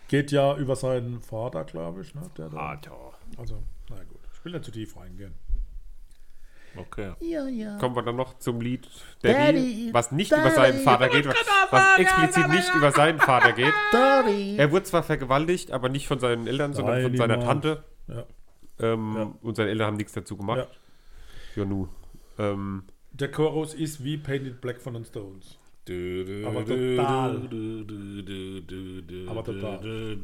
Geht ja über seinen Vater, glaube ich. Ne? Der da, also, na gut. Ich will nicht zu tief reingehen. Okay. Kommen wir dann noch zum Lied Daddy, was nicht über seinen Vater geht, was, was explizit nicht über seinen Vater geht. Er wurde zwar vergewaltigt, aber nicht von seinen Eltern, sondern von Daddy, seiner Mann. Tante. Ja. Ähm, Und seine Eltern haben nichts dazu gemacht. Ja, nu. Ähm, Der Chorus ist wie Painted Black von den Stones. Du, du, Aber du, total. du, du, du, du, du, Aber du, total. du,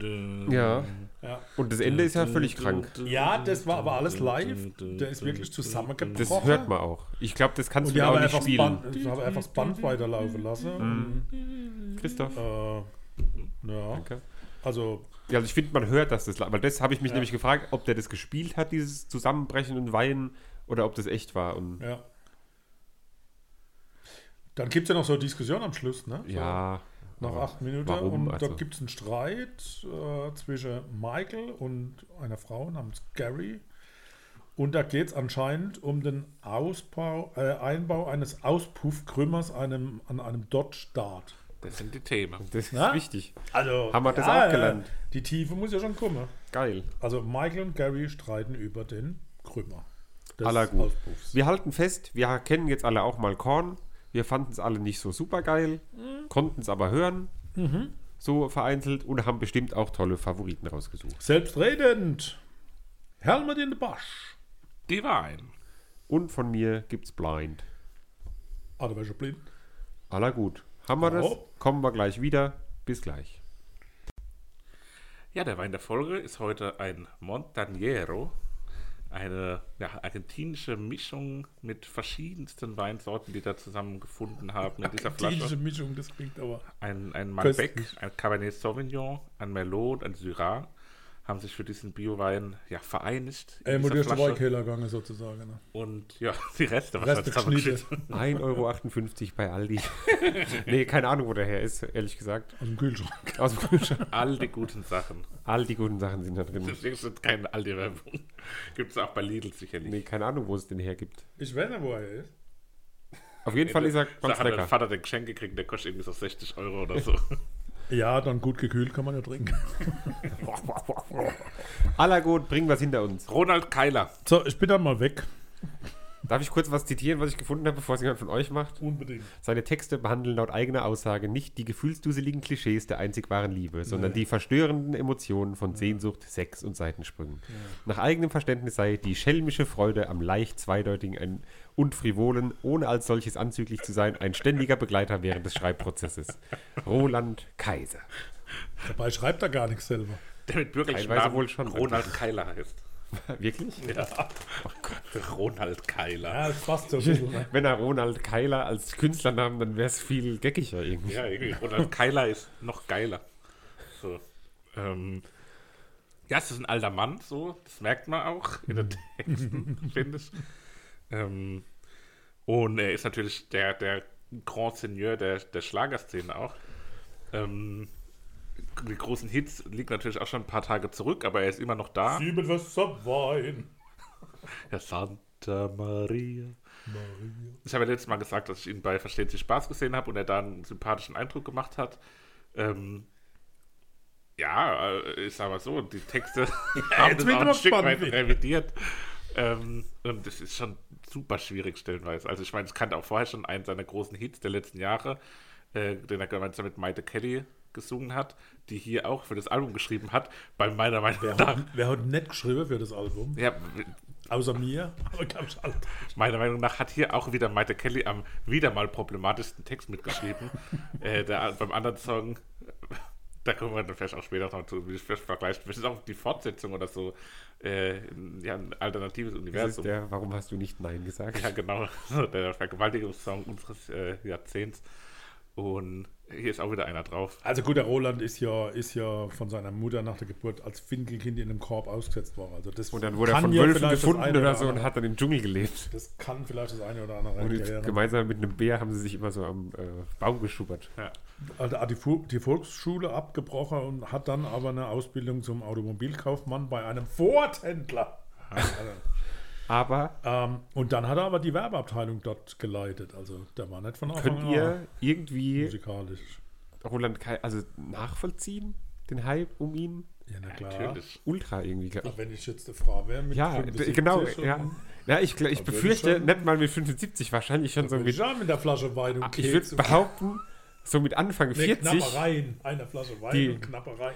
du. ja. Ja. Und das Ende ist ja völlig krank. Ja, das war aber alles live. Der ist wirklich zusammengebrochen. Das hört man auch. Ich glaube, das kannst Und die du mir haben auch nicht einfach, das spielen. Band, die haben einfach das Band weiterlaufen lassen. Christoph. Und, äh, ja, Danke. also Ja, also ich finde, man hört das, das weil das habe ich mich nämlich gefragt, ob der das gespielt hat, dieses Zusammenbrechen und Weinen, oder ob das echt war. Und Ja. Dann gibt es ja noch so eine Diskussion am Schluss, ne? ja. So, nach aber acht Minuten. Warum? und also, da gibt es einen Streit äh, zwischen Michael und einer Frau namens Gary. Und da geht es anscheinend um den Ausbau, äh, Einbau eines Auspuffkrümmers einem, an einem Dodge Dart. Das sind die Themen. das ist Na? wichtig. Also, Haben wir das auch gelernt. Die Tiefe muss ja schon kommen. Geil. Also, Michael und Gary streiten über den Krümmer des Aller gut. Auspuffs. Wir halten fest, wir kennen jetzt alle auch mal Korn. Wir fanden es alle nicht so super geil, Mhm. konnten es aber hören. So vereinzelt und haben bestimmt auch tolle Favoriten rausgesucht. Selbstredend. Helmut in the Bosch. Die war ein. Und von mir gibt's Blind. Ah, da wär ich schon blind. Aller gut. Haben wir das? Oh. Kommen wir gleich wieder. Bis gleich. Ja, der Wein der Folge ist heute ein Montañero, eine ja, argentinische Mischung mit verschiedensten Weinsorten, die da zusammengefunden haben in dieser Argentinische Flasche. Mischung, das klingt aber. Ein, ein Malbec, Köstlich. ein Cabernet Sauvignon, ein Merlot, ein Syrah haben sich für diesen Biowein ja vereinigt. in Ey, dieser muss durch den Flasche. halt Weinkeller gegangen sozusagen. Ne? Und ja, die Reste, was Reste Reste geschnitten. geschnitten. 1,58 Euro bei Aldi. nee, keine Ahnung, wo der her ist, ehrlich gesagt. Aus dem Kühlschrank. Aus dem Kühlschrank. All die guten Sachen. All die guten Sachen sind da drin. Deswegen sind keine Aldi-Werbung. Gibt es auch bei Lidl sicherlich. Nee, keine Ahnung, wo es den hergibt. Ich weiß nicht, wo er ist. Auf jeden Fall ist er Da ganz hat mein lecker. Vater den Geschenk gekriegt, der kostet irgendwie so 60 Euro oder so. Ja, dann gut gekühlt kann man ja trinken. Aller gut, bringen wir es hinter uns. Ronald Keiler. So, ich bin dann mal weg. Darf ich kurz was zitieren, was ich gefunden habe, bevor es jemand von euch macht? Unbedingt. Seine Texte behandeln laut eigener Aussage nicht die gefühlsduseligen Klischees der einzig wahren Liebe, sondern die verstörenden Emotionen von Sehnsucht, Sex und Seitensprüngen. Nach eigenem Verständnis sei die schelmische Freude am leicht zweideutigen ein- und frivolen, ohne als solches anzüglich zu sein, ein ständiger Begleiter während des Schreibprozesses. Roland Kaiser. Dabei schreibt er gar nichts selber. Der mit bürgerlichen Teilweise Namen wohl schon. Ronald Keiler heißt. Wirklich? Ronald Keiler. Ja, das passt so ein bisschen. Ne? Wenn er Ronald Keiler als Künstlernamen, dann wäre es viel geckiger irgendwie. Ja, irgendwie. Ronald Keiler ist noch geiler. So. Ähm, ja, es ist ein alter Mann, so. Das merkt man auch in den Texten, finde ich. Ähm, und er ist natürlich der, der Grand Seigneur der, der Schlagerszene auch. Ähm, die großen Hits liegen natürlich auch schon ein paar Tage zurück, aber er ist immer noch da. Sieben Wasser Wein. Herr Santa Maria. Ich habe ja letztes Mal gesagt, dass ich ihn bei Versteht sich Spaß gesehen habe und er da einen sympathischen Eindruck gemacht hat. Ähm, ja, äh, ich sage mal so, die Texte haben jetzt das bin ich auch ein mal Stück gespannt weit wieder. revidiert. Ähm, und das ist schon super schwierig stellenweise. Also ich meine, ich kannte auch vorher schon einen seiner großen Hits der letzten Jahre, äh, den er gemeinsam mit Maite Kelly gesungen hat, die hier auch für das Album geschrieben hat, bei meiner Meinung nach. Wer hat nett geschrieben für das Album? Ja, Außer mir. Aber glaub ich alle. Meiner Meinung nach hat hier auch wieder Maite Kelly am wieder mal problematischsten Text mitgeschrieben. äh, der, beim anderen Song, da kommen wir dann vielleicht auch später noch zu, wie ich vielleicht vergleiche. Vielleicht ist auch die Fortsetzung oder so äh, ja, ein alternatives Das ist Universum. der, warum hast du nicht Nein gesagt? Ja, genau. So, Der Vergewaltigungssong unseres äh, Jahrzehnts. Und hier ist auch wieder einer drauf. Also gut, der Roland ist ja, ist ja von seiner Mutter nach der Geburt als Finkelkind in einem Korb ausgesetzt worden. Also das Und dann wurde er kann von ja Wölfen vielleicht das gefunden eine oder, so und andere- hat dann im Dschungel gelebt. Das kann vielleicht das eine oder andere Und erklären. gemeinsam mit einem Bär haben sie sich immer so am äh, Baum geschubbert. Ja. Also hat die, Fu- die Volksschule abgebrochen und hat dann aber eine Ausbildung zum Automobilkaufmann bei einem Ford-Händler. Aber ähm, und dann hat er aber die Werbeabteilung dort geleitet. Also der war nicht von Anfang könnt an ihr irgendwie musikalisch. Roland Kai also nachvollziehen, den Hype um ihn? Ja, na klar. Natürlich. Ultra irgendwie, glaube ich. Wenn ich jetzt eine Frau wäre mit Ja, d- 75 genau. und- Ja. ja, ich, gl- ich ne? würde ich befürchte, schon- nicht mal mit 75 wahrscheinlich schon so Mit mit. Ah, Scham in der Flasche Wein und Ich Keks würde und behaupten, so mit Anfang nee, 40, Knappereien. Einer Flasche Wein Die- und Knappereien.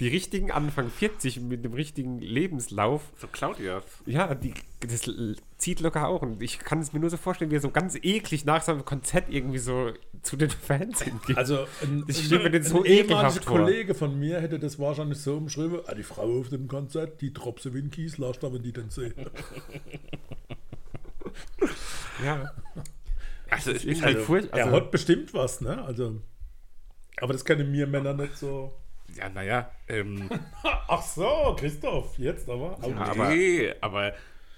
die richtigen Anfang 40 mit dem richtigen Lebenslauf So Claudias. Ja, die, das l- zieht locker auch. Und ich kann es mir nur so vorstellen, wie er so ganz eklig nach seinem Konzert irgendwie so zu den Fans hingeht. Also ein, Das steht mir ein, denn so ein ehemaliger ekelhaft vor. Kollege von mir hätte das wahrscheinlich so umschrieben, ah, die Frau auf dem Konzert, die tropse wie ein Kieslasch, da wenn die den sehen. ja. Also es ist irgendwie halt so. Furcht- er also- hat bestimmt was, ne? Also, aber das können mir Männer nicht so. Ja, naja. Ähm, Ach so, Christoph, jetzt aber. Ja, Au- aber, nee, aber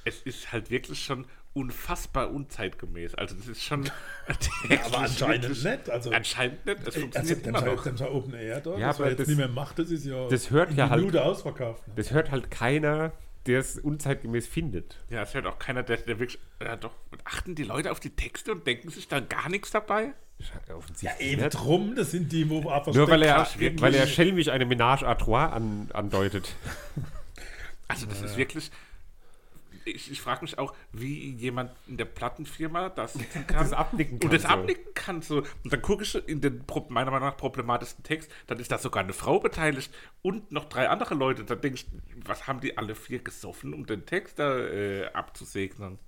es ist halt wirklich schon unfassbar unzeitgemäß. Also das ist schon Ja, aber anscheinend nicht. Also, Anscheinend nicht. Es also funktioniert dem immer sei- noch. dem sei Open Air dort, Ja, was aber er jetzt das- nicht mehr macht, das ist ja das hört in ja halt- Minute ausverkauft. Ne? Das hört halt keiner, der es unzeitgemäß findet. Ja, es hört auch keiner, der, der wirklich. Ja, doch, achten die Leute auf die Texte und denken sich dann gar nichts dabei? Sche- halt Offensichtlich. Eben nicht. drum, das sind die, wo einfach Nur weil er, Krass, wirklich. weil er schelmisch eine Ménage à trois an, andeutet. Also das ist wirklich. Ich, ich frage mich auch, wie jemand in der Plattenfirma das sitzen kann. Das abnicken Und kann, das so. abnicken kann so. Und dann gucke ich in den pro- meiner Meinung nach problematischsten Text, dann ist da sogar eine Frau beteiligt und noch drei andere Leute. Dann denke ich, was haben die alle vier gesoffen, um den Text da äh, abzusegnen?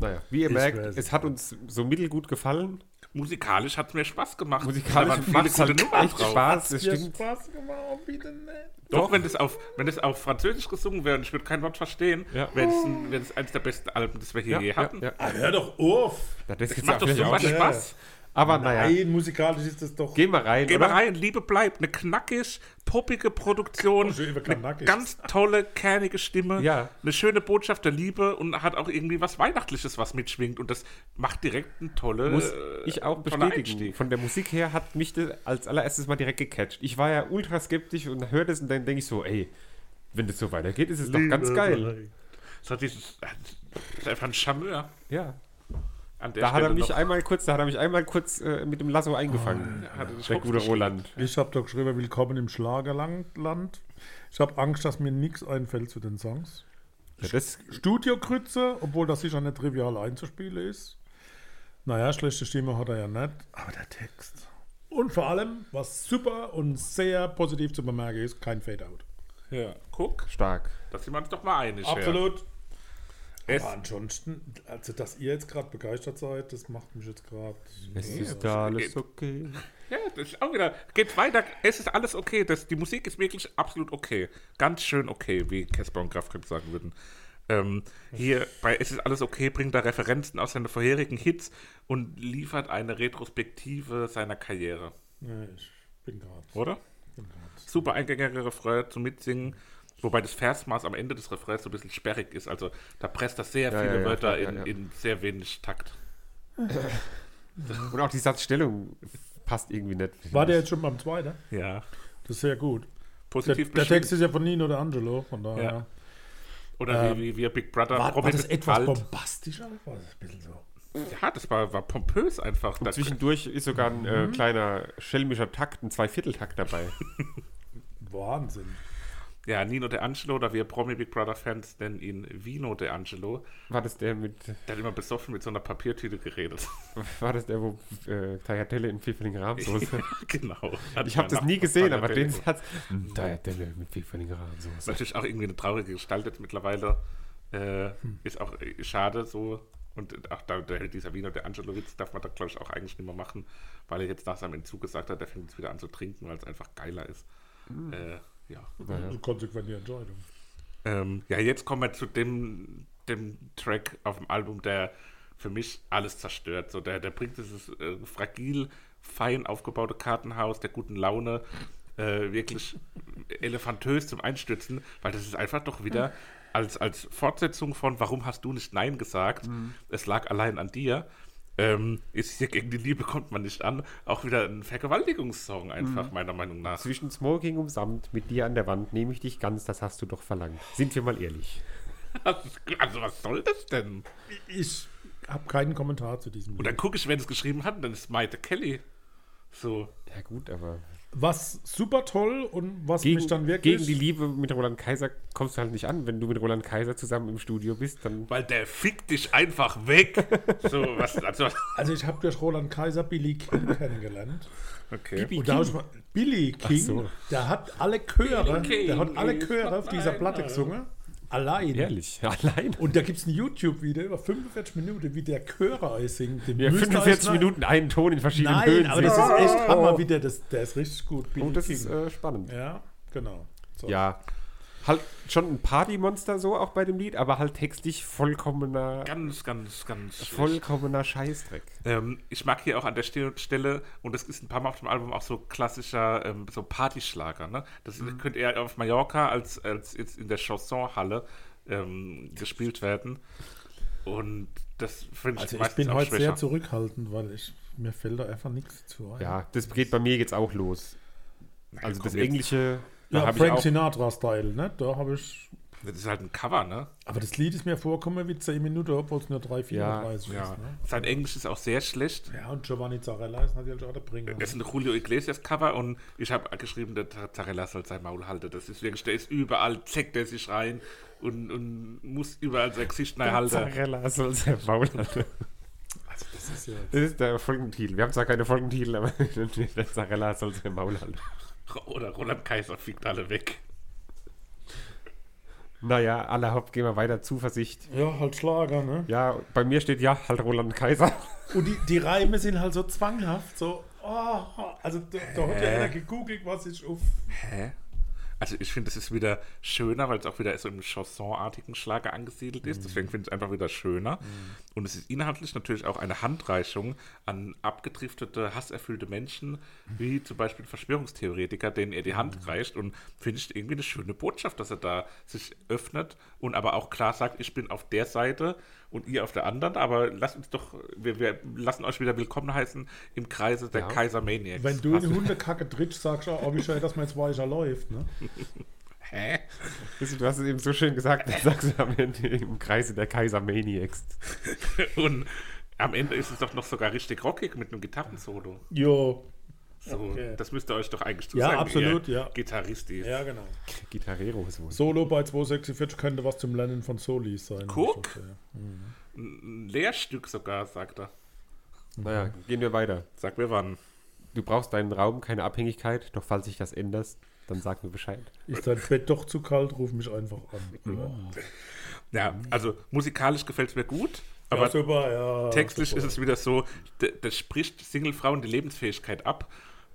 Naja, wie ihr Ich merkt, weiß es hat uns so mittelgut gefallen. Musikalisch hat es mir Spaß gemacht. Musikalisch Da waren macht es halt echt Spaß. Das Ja, stimmt. Spaß gemacht, bitte nicht. Doch, wenn das auf, wenn das auf Französisch gesungen wäre und ich würde kein Wort verstehen, Ja. wäre es ein- wäre das eines der besten Alben, das wir hier Ja, je ja, hatten. ja. Ah, hör doch auf! Na, Das, Das gibt's macht doch ja super auch nicht. Ja. Spaß. Aber naja, Nein, musikalisch ist das doch. gehen wir rein. Geh mal oder? rein, Liebe bleibt. Eine knackig, poppige Oh, Produktion. Schön, wir eine können nackig. ganz tolle, kernige Stimme. Ja. Eine schöne Botschaft der Liebe und hat auch irgendwie was Weihnachtliches, was mitschwingt. Und das macht direkt einen tolle. muss äh, ich auch einen tollen bestätigen. Einstieg. Von der Musik her hat mich das als allererstes mal direkt gecatcht. Ich war ja ultra skeptisch und höre das und dann denke ich so, ey, wenn das so weitergeht, ist es doch ganz geil. So dieses, das ist einfach ein Charmeur. Ja. An der Da hat er Stelle mich noch. einmal kurz, da hat er mich einmal kurz äh, mit dem Lasso eingefangen. Oh, hat er dich der gute hochgeschickt. Roland. Ich habe doch geschrieben, willkommen im Schlagerland. Ich habe Angst, dass mir nichts einfällt zu den Songs. Ja, das, Studiokrütze, obwohl das sicher nicht trivial einzuspielen ist. Naja, schlechte Stimme hat er ja nicht, aber der Text. Und vor allem, was super und sehr positiv zu bemerken ist, kein Fade-Out. Ja, guck, stark. da sind wir uns doch mal einig. ja. Absolut. Es, Aber ansonsten, also dass ihr jetzt gerade begeistert seid, das macht mich jetzt gerade. Es ist alles okay. ja, das ist auch wieder. Geht weiter. Es ist alles okay. Das, die Musik ist wirklich absolut okay. Ganz schön okay, wie Casper und Kraftkamp sagen würden. Ähm, hier bei Es ist alles okay bringt er Referenzen aus seinen vorherigen Hits und liefert eine Retrospektive seiner Karriere. Nee, ich bin gerade. Oder? Super eingängiger Refrain zum Mitsingen, wobei das Versmaß am Ende des Refrains so ein bisschen sperrig ist. Also da presst das sehr Ja, viele ja, ja, Wörter klar, ja, in, ja. in sehr wenig Takt. Und auch die Satzstellung passt irgendwie nicht. finde War der ich. jetzt schon beim zweiten? Ja. Das ist sehr gut. Der, Positiv der bestimmt. Text ist ja von Nino D'Angelo, von daher. Ja. Oder Ähm, wie, wie wir Big Brother War, war Promi das bist etwas alt. bombastischer? War das ein bisschen so? Ja, das war, war pompös einfach. Da, Zwischendurch ist sogar ein äh, Mhm. kleiner schelmischer Takt, ein Zweivierteltakt dabei. Wahnsinn. ja, Nino De Angelo oder wir Promi Big Brother Fans nennen ihn Vino De Angelo. War das der mit, Der hat immer besoffen mit so einer Papiertüte geredet. war das der, wo äh, Tagliatelle in Pfifferling-Rahmsoße? genau. Ich habe das nie gesehen, aber den den Satz. Mhm. "Mm, Tagliatelle mit Pfifferling-Rahmsoße. natürlich auch irgendwie eine traurige Gestalt jetzt mittlerweile. Äh, Ist auch äh, schade so. Und auch da, der, dieser Wiener, der Angelo Witz, darf man da, glaube ich, auch eigentlich nicht mehr machen, weil er jetzt nach seinem Entzug gesagt hat, er fängt jetzt wieder an zu trinken, weil es einfach geiler ist. Mm. Äh, ja. Also konsequente Entscheidung. Ähm, ja, jetzt kommen wir zu dem, dem Track auf dem Album, der für mich alles zerstört. So, der, der bringt dieses äh, fragil, fein aufgebaute Kartenhaus der guten Laune äh, wirklich elefantös zum Einstürzen, weil das ist einfach doch wieder als, als Fortsetzung von Warum hast du nicht Nein gesagt? Es lag allein an dir. Ähm, ist hier gegen die Liebe kommt man nicht an. Auch wieder ein Vergewaltigungssong einfach, meiner Meinung nach. Zwischen Smoking und Samt, mit dir an der Wand, nehme ich dich ganz, das hast du doch verlangt. Sind wir mal ehrlich. Also was soll das denn? Ich habe keinen Kommentar zu diesem Und Lied. dann gucke ich, wer das geschrieben hat, und dann ist Maite Kelly. So, Ja, gut, aber. Was super toll und was Gegen, mich dann wirklich. gegen die Liebe mit Roland Kaiser kommst du halt nicht an. Wenn du mit Roland Kaiser zusammen im Studio bist, dann. weil der fickt dich einfach weg. So, was, also, also ich habe durch Roland Kaiser Billy King kennengelernt. okay. Und da hab ich mal, Billy King, so. der hat alle Chöre, Billy der hat King alle ist Chöre auf dieser allein, Platte ja. gesungen. Allein. Ehrlich, allein. Und da gibt es ein YouTube-Video über 45 Minuten, wie der Chörer euch singt. Den Ja, müsst ihr euch 45 mal- Minuten einen Ton in verschiedenen Nein, Höhen. aber singen. das ist echt Oh. Hammer, wie der das, der ist richtig gut. Billy Oh, das ist King. äh, spannend. ja, genau. So. Ja. Halt schon ein Partymonster so auch bei dem Lied, aber halt textlich vollkommener, Ganz, ganz, ganz. schlecht. vollkommener Scheißdreck. Ähm, ich mag hier auch an der Ste- Stelle, und das ist ein paar Mal auf dem Album auch so klassischer ähm, so Partyschlager. Ne? Das Mhm. könnte eher auf Mallorca als, als jetzt in der Chansonhalle ähm, gespielt werden. Und das finde ich Also ich meistens bin auch heute schwächer. sehr zurückhaltend, weil ich, mir fällt da einfach nichts zu ein. Ja, das geht bei mir jetzt auch los. Also komm das jetzt. Englische, da Ja, hab Frank ich auch, Sinatra-Style, ne? Da habe ich. Das ist halt ein Cover, ne? Aber das Lied ist mir vorgekommen wie 10 Minuten, obwohl es nur 3, 34 Ja. ist. Ne? Sein Englisch ist auch sehr schlecht. Ja, und Giovanni Zarella ist natürlich auch der Bringer. Das ist ein Julio Iglesias Cover und ich habe geschrieben, der Tar- Tarella soll sein Maul halten. Das ist wirklich, der ist überall, zeckt er sich rein und, und muss überall sein Gesicht neu halten. Zarella soll sein Maul halten. Also, das ist ja. Das ist der Folgentitel. Wir haben zwar keine Folgentitel, aber der Zarella soll sein Maul halten. Oder Roland Kaiser fliegt alle weg. Naja, allerhaupt gehen wir weiter. Zuversicht. Ja, halt Schlager, ne? Ja, bei mir steht ja halt Roland Kaiser. Und die, die Reime sind halt so zwanghaft, so. Oh, also, da, da hat ja Äh. einer gegoogelt, was ich auf. Hä? Also ich finde, das ist wieder schöner, weil es auch wieder so im Chanson-artigen Schlager angesiedelt Mhm. ist. Deswegen finde ich es einfach wieder schöner. Und es ist inhaltlich natürlich auch eine Handreichung an abgedriftete, hasserfüllte Menschen, wie zum Beispiel Verschwörungstheoretiker, denen Mhm. er die Hand reicht. Und finde ich irgendwie eine schöne Botschaft, dass er da sich öffnet und aber auch klar sagt, ich bin auf der Seite und ihr auf der anderen. Aber lasst uns doch, wir, wir lassen euch wieder willkommen heißen im Kreise der Ja. Kaiser Maniacs. Wenn du in die Hundekacke trittst, sagst du, oh, wie schön, dass man jetzt weicher läuft, ne? Hä? Weißt du, du hast es eben so schön gesagt, das sagst du am Ende im Kreise der Kaiser Maniacs. Und am Ende ist es doch noch sogar richtig rockig mit einem Gitarrensolo. Jo. So, Okay. Das müsst ihr euch doch eigentlich Ja, sagen, absolut, ihr ja. Gitarristis. Ja, genau. Gitarrero ist wohl. Solo bei 246 könnte was zum Lernen von Solis sein. Guck. Ich hoffe, Ein Lehrstück sogar, sagt er. Naja, gehen wir weiter. Sag mir wann. Du brauchst deinen Raum, keine Abhängigkeit, doch falls sich das ändert, dann sag mir Bescheid. ja. Ist dein Bett doch zu kalt, ruf mich einfach an. Ja, Ja, also musikalisch gefällt es mir gut, aber ja, super, ja. textlich super. ist es wieder so, d- das spricht Singlefrauen die Lebensfähigkeit ab.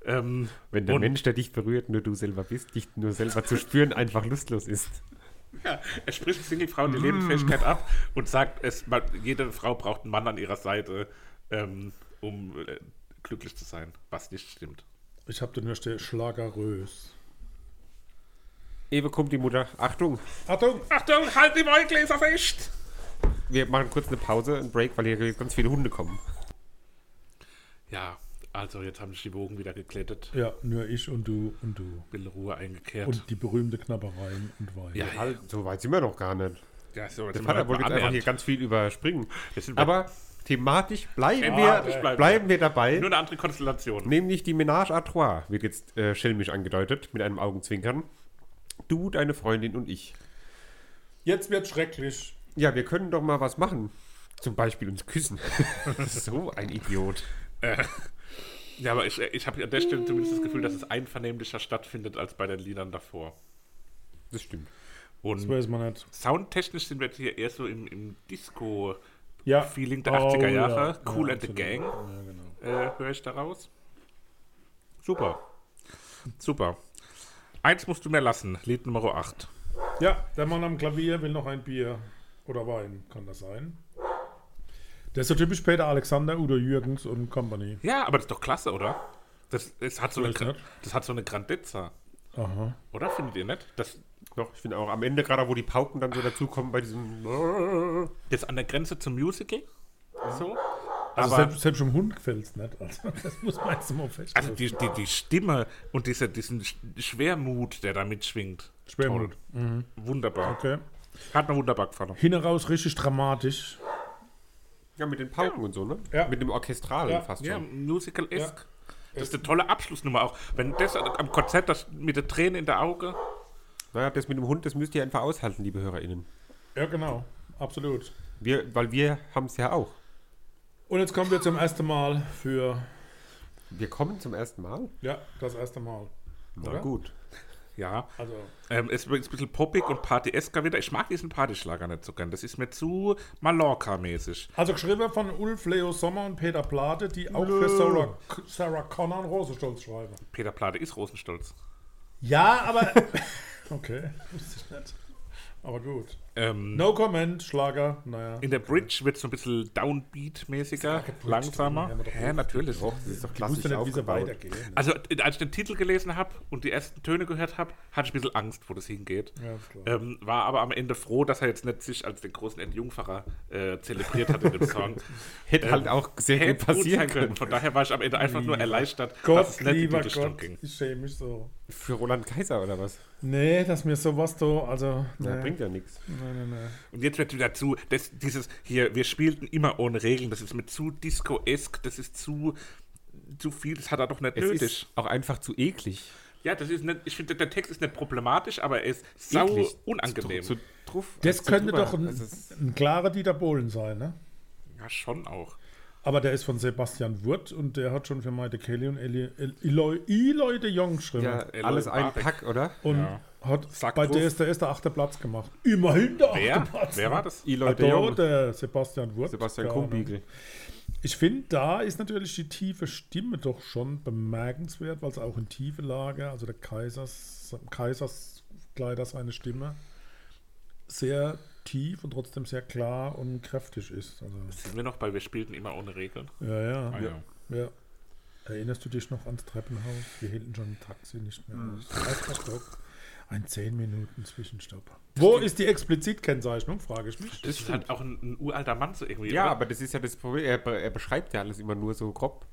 Ähm, Wenn der und- Mensch, der dich berührt, nur du selber bist, dich nur selber zu spüren, einfach lustlos ist. Ja, er spricht Singlefrauen Mm. die Lebensfähigkeit ab und sagt, es, man, jede Frau braucht einen Mann an ihrer Seite, ähm, um äh, glücklich zu sein, was nicht stimmt. Ich habe den Hörste Schlagerös. Ewe kommt die Mutter. Achtung, Achtung! Achtung, halt die Wollgläser fest! wir machen kurz eine Pause, einen Break, weil hier ganz viele Hunde kommen. Ja, also jetzt haben sich die Wogen wieder geklettet, Ja, nur ich und du und du. bisschen Ruhe eingekehrt. Und die berühmte Knabbereien und Wein. ja, Halt, so weit sind wir noch gar nicht. ja, so, Der Vater wollte jetzt einfach hier ganz viel überspringen. Wir sind bei- Aber thematisch bleiben, Thematisch wir, bleiben bleiben wir dabei. Nur eine andere Konstellation. Nämlich die Ménage à Trois wird jetzt äh, schelmisch angedeutet, mit einem Augenzwinkern. Du, deine Freundin und ich. Jetzt wird schrecklich. Ja, wir können doch mal was machen. Zum Beispiel uns küssen. so ein Idiot. Äh, Ja, aber ich, ich habe an der Stelle zumindest das Gefühl, dass es einvernehmlicher stattfindet als bei den Liedern davor. Das stimmt. Das Und weiß man nicht. soundtechnisch sind wir jetzt hier eher so im, im Disco. Ja. Feeling der Oh, 80er ja. Jahre, Ja, Cool and the absolut. Gang, Ja, genau. äh, höre ich daraus. Super. Super. Eins musst du mir lassen, Lied Nummer 8. Ja, der Mann am Klavier will noch ein Bier oder Wein, kann das sein? Der ist so typisch Peter Alexander, Udo Jürgens und Company. Ja, aber das ist doch klasse, oder? Das, das, hat, so eine, Weiß Gra- nicht. das hat so eine Grandezza, Aha. oder? Findet ihr nicht? Das, Doch, ich finde auch am Ende, gerade wo die Pauken dann so dazukommen bei diesem. das an der Grenze zum Musical. So. Also aber selbst, selbst dem Hund gefällt es nicht. Also, das muss man jetzt mal feststellen. also die, die, die Stimme und diese, diesen Sch- Schwermut, der da mitschwingt. Schwermut. Mhm. Toll. Wunderbar. Okay. Hat mir wunderbar gefallen. Hin und raus richtig dramatisch. Ja, mit den Pauken und so, ne? Ja. Mit dem Orchestralen Ja. fast Ja, schon. Musical-esque. Das ist eine tolle Abschlussnummer auch. Wenn das am Konzert, das mit den Tränen in der Auge. Naja, das mit dem Hund, das müsst ihr einfach aushalten, liebe HörerInnen. Ja, genau. Absolut. Wir, weil wir haben es ja auch. Und jetzt kommen wir zum ersten Mal für. Wir kommen zum ersten Mal. Ja, das erste Mal. Na Oder? gut. Ja, Also, ähm, ist übrigens ein bisschen poppig und partyesker wieder. Ich mag diesen Partyschlager nicht so gern. Das ist mir zu Mallorca-mäßig. also geschrieben von Ulf Leo Sommer und Peter Plate, die auch für Sarah, Sarah Connor und Rosenstolz schreiben. Peter Plate ist Rosenstolz. Ja, aber. okay, wusste ich nicht. Aber gut. Ähm, No comment, Schlager, naja. In der Bridge wird es so ein bisschen Downbeat-mäßiger, drin, langsamer. haben wir doch Ja, natürlich. Och, das ist doch Ich klassisch wusste nicht, wie sie aufgebaut. weitergeht. Also, äh, als ich den Titel gelesen habe und die ersten Töne gehört habe, hatte ich ein bisschen Angst, wo das hingeht. Ja, ist klar. Ähm, war aber am Ende froh, dass er jetzt nicht sich als den großen Entjungferer äh, zelebriert hat in dem Song. Hätte halt Ähm, auch sehr Hätte gut gut passieren sein können. Von daher war ich am Ende einfach nur erleichtert, Gott, in die lieber Richtung Gott, ich schäme mich so. Für Roland Kaiser oder was? Nee, dass mir sowas da, also. Ja, Nee, bringt ja nichts. nee, nee, nee. Und jetzt wird wieder zu, das, dieses hier, wir spielten immer ohne Regeln, das ist mit zu Disco-esk, das ist zu, zu viel, das hat er doch nicht Es nötig. ist auch einfach zu eklig. Ja, das ist nicht, ich finde, der Text ist nicht problematisch, aber er ist sau Eklig. unangenehm. Zu, zu, drauf, Das zu könnte drüber. doch ein, Also es- ein klarer Dieter Bohlen sein, ne? ja, schon auch. Aber der ist von Sebastian Wurt und der hat schon für Maite Kelly und Eli, El- Eloy, Eloy de Jong geschrieben. ja, Eloy alles ein Barek. Pack, oder? Und Ja. hat Sack bei drauf. DSDS der achte Platz gemacht. Immerhin Oh, der Wer? achte Platz. Ah, Wer war das? Eloy de Da, Jong, der Sebastian Wurt. Sebastian Keine Ahnung. Kumbiegel. Ich finde, da ist natürlich die tiefe Stimme doch schon bemerkenswert, weil es auch in Tiefe lag. Also der Kaisers, Kaiserskleider seine Stimme sehr tief und trotzdem sehr klar und kräftig ist. Also, Sind wir noch bei, wir spielten immer ohne Regeln? ja, ja. Ah, ja. Ja. Erinnerst du dich noch ans Treppenhaus? Wir hielten schon ein Taxi nicht mehr aus. Erster Stock. Ein 10 Minuten Zwischenstopp. Wo ist die Explizit-Kennzeichnung, frage ich mich. Das ist halt auch ein, ein uralter Mann so irgendwie. Ja, oder? aber das ist ja das Problem. Er, be- er beschreibt ja alles immer nur so grob.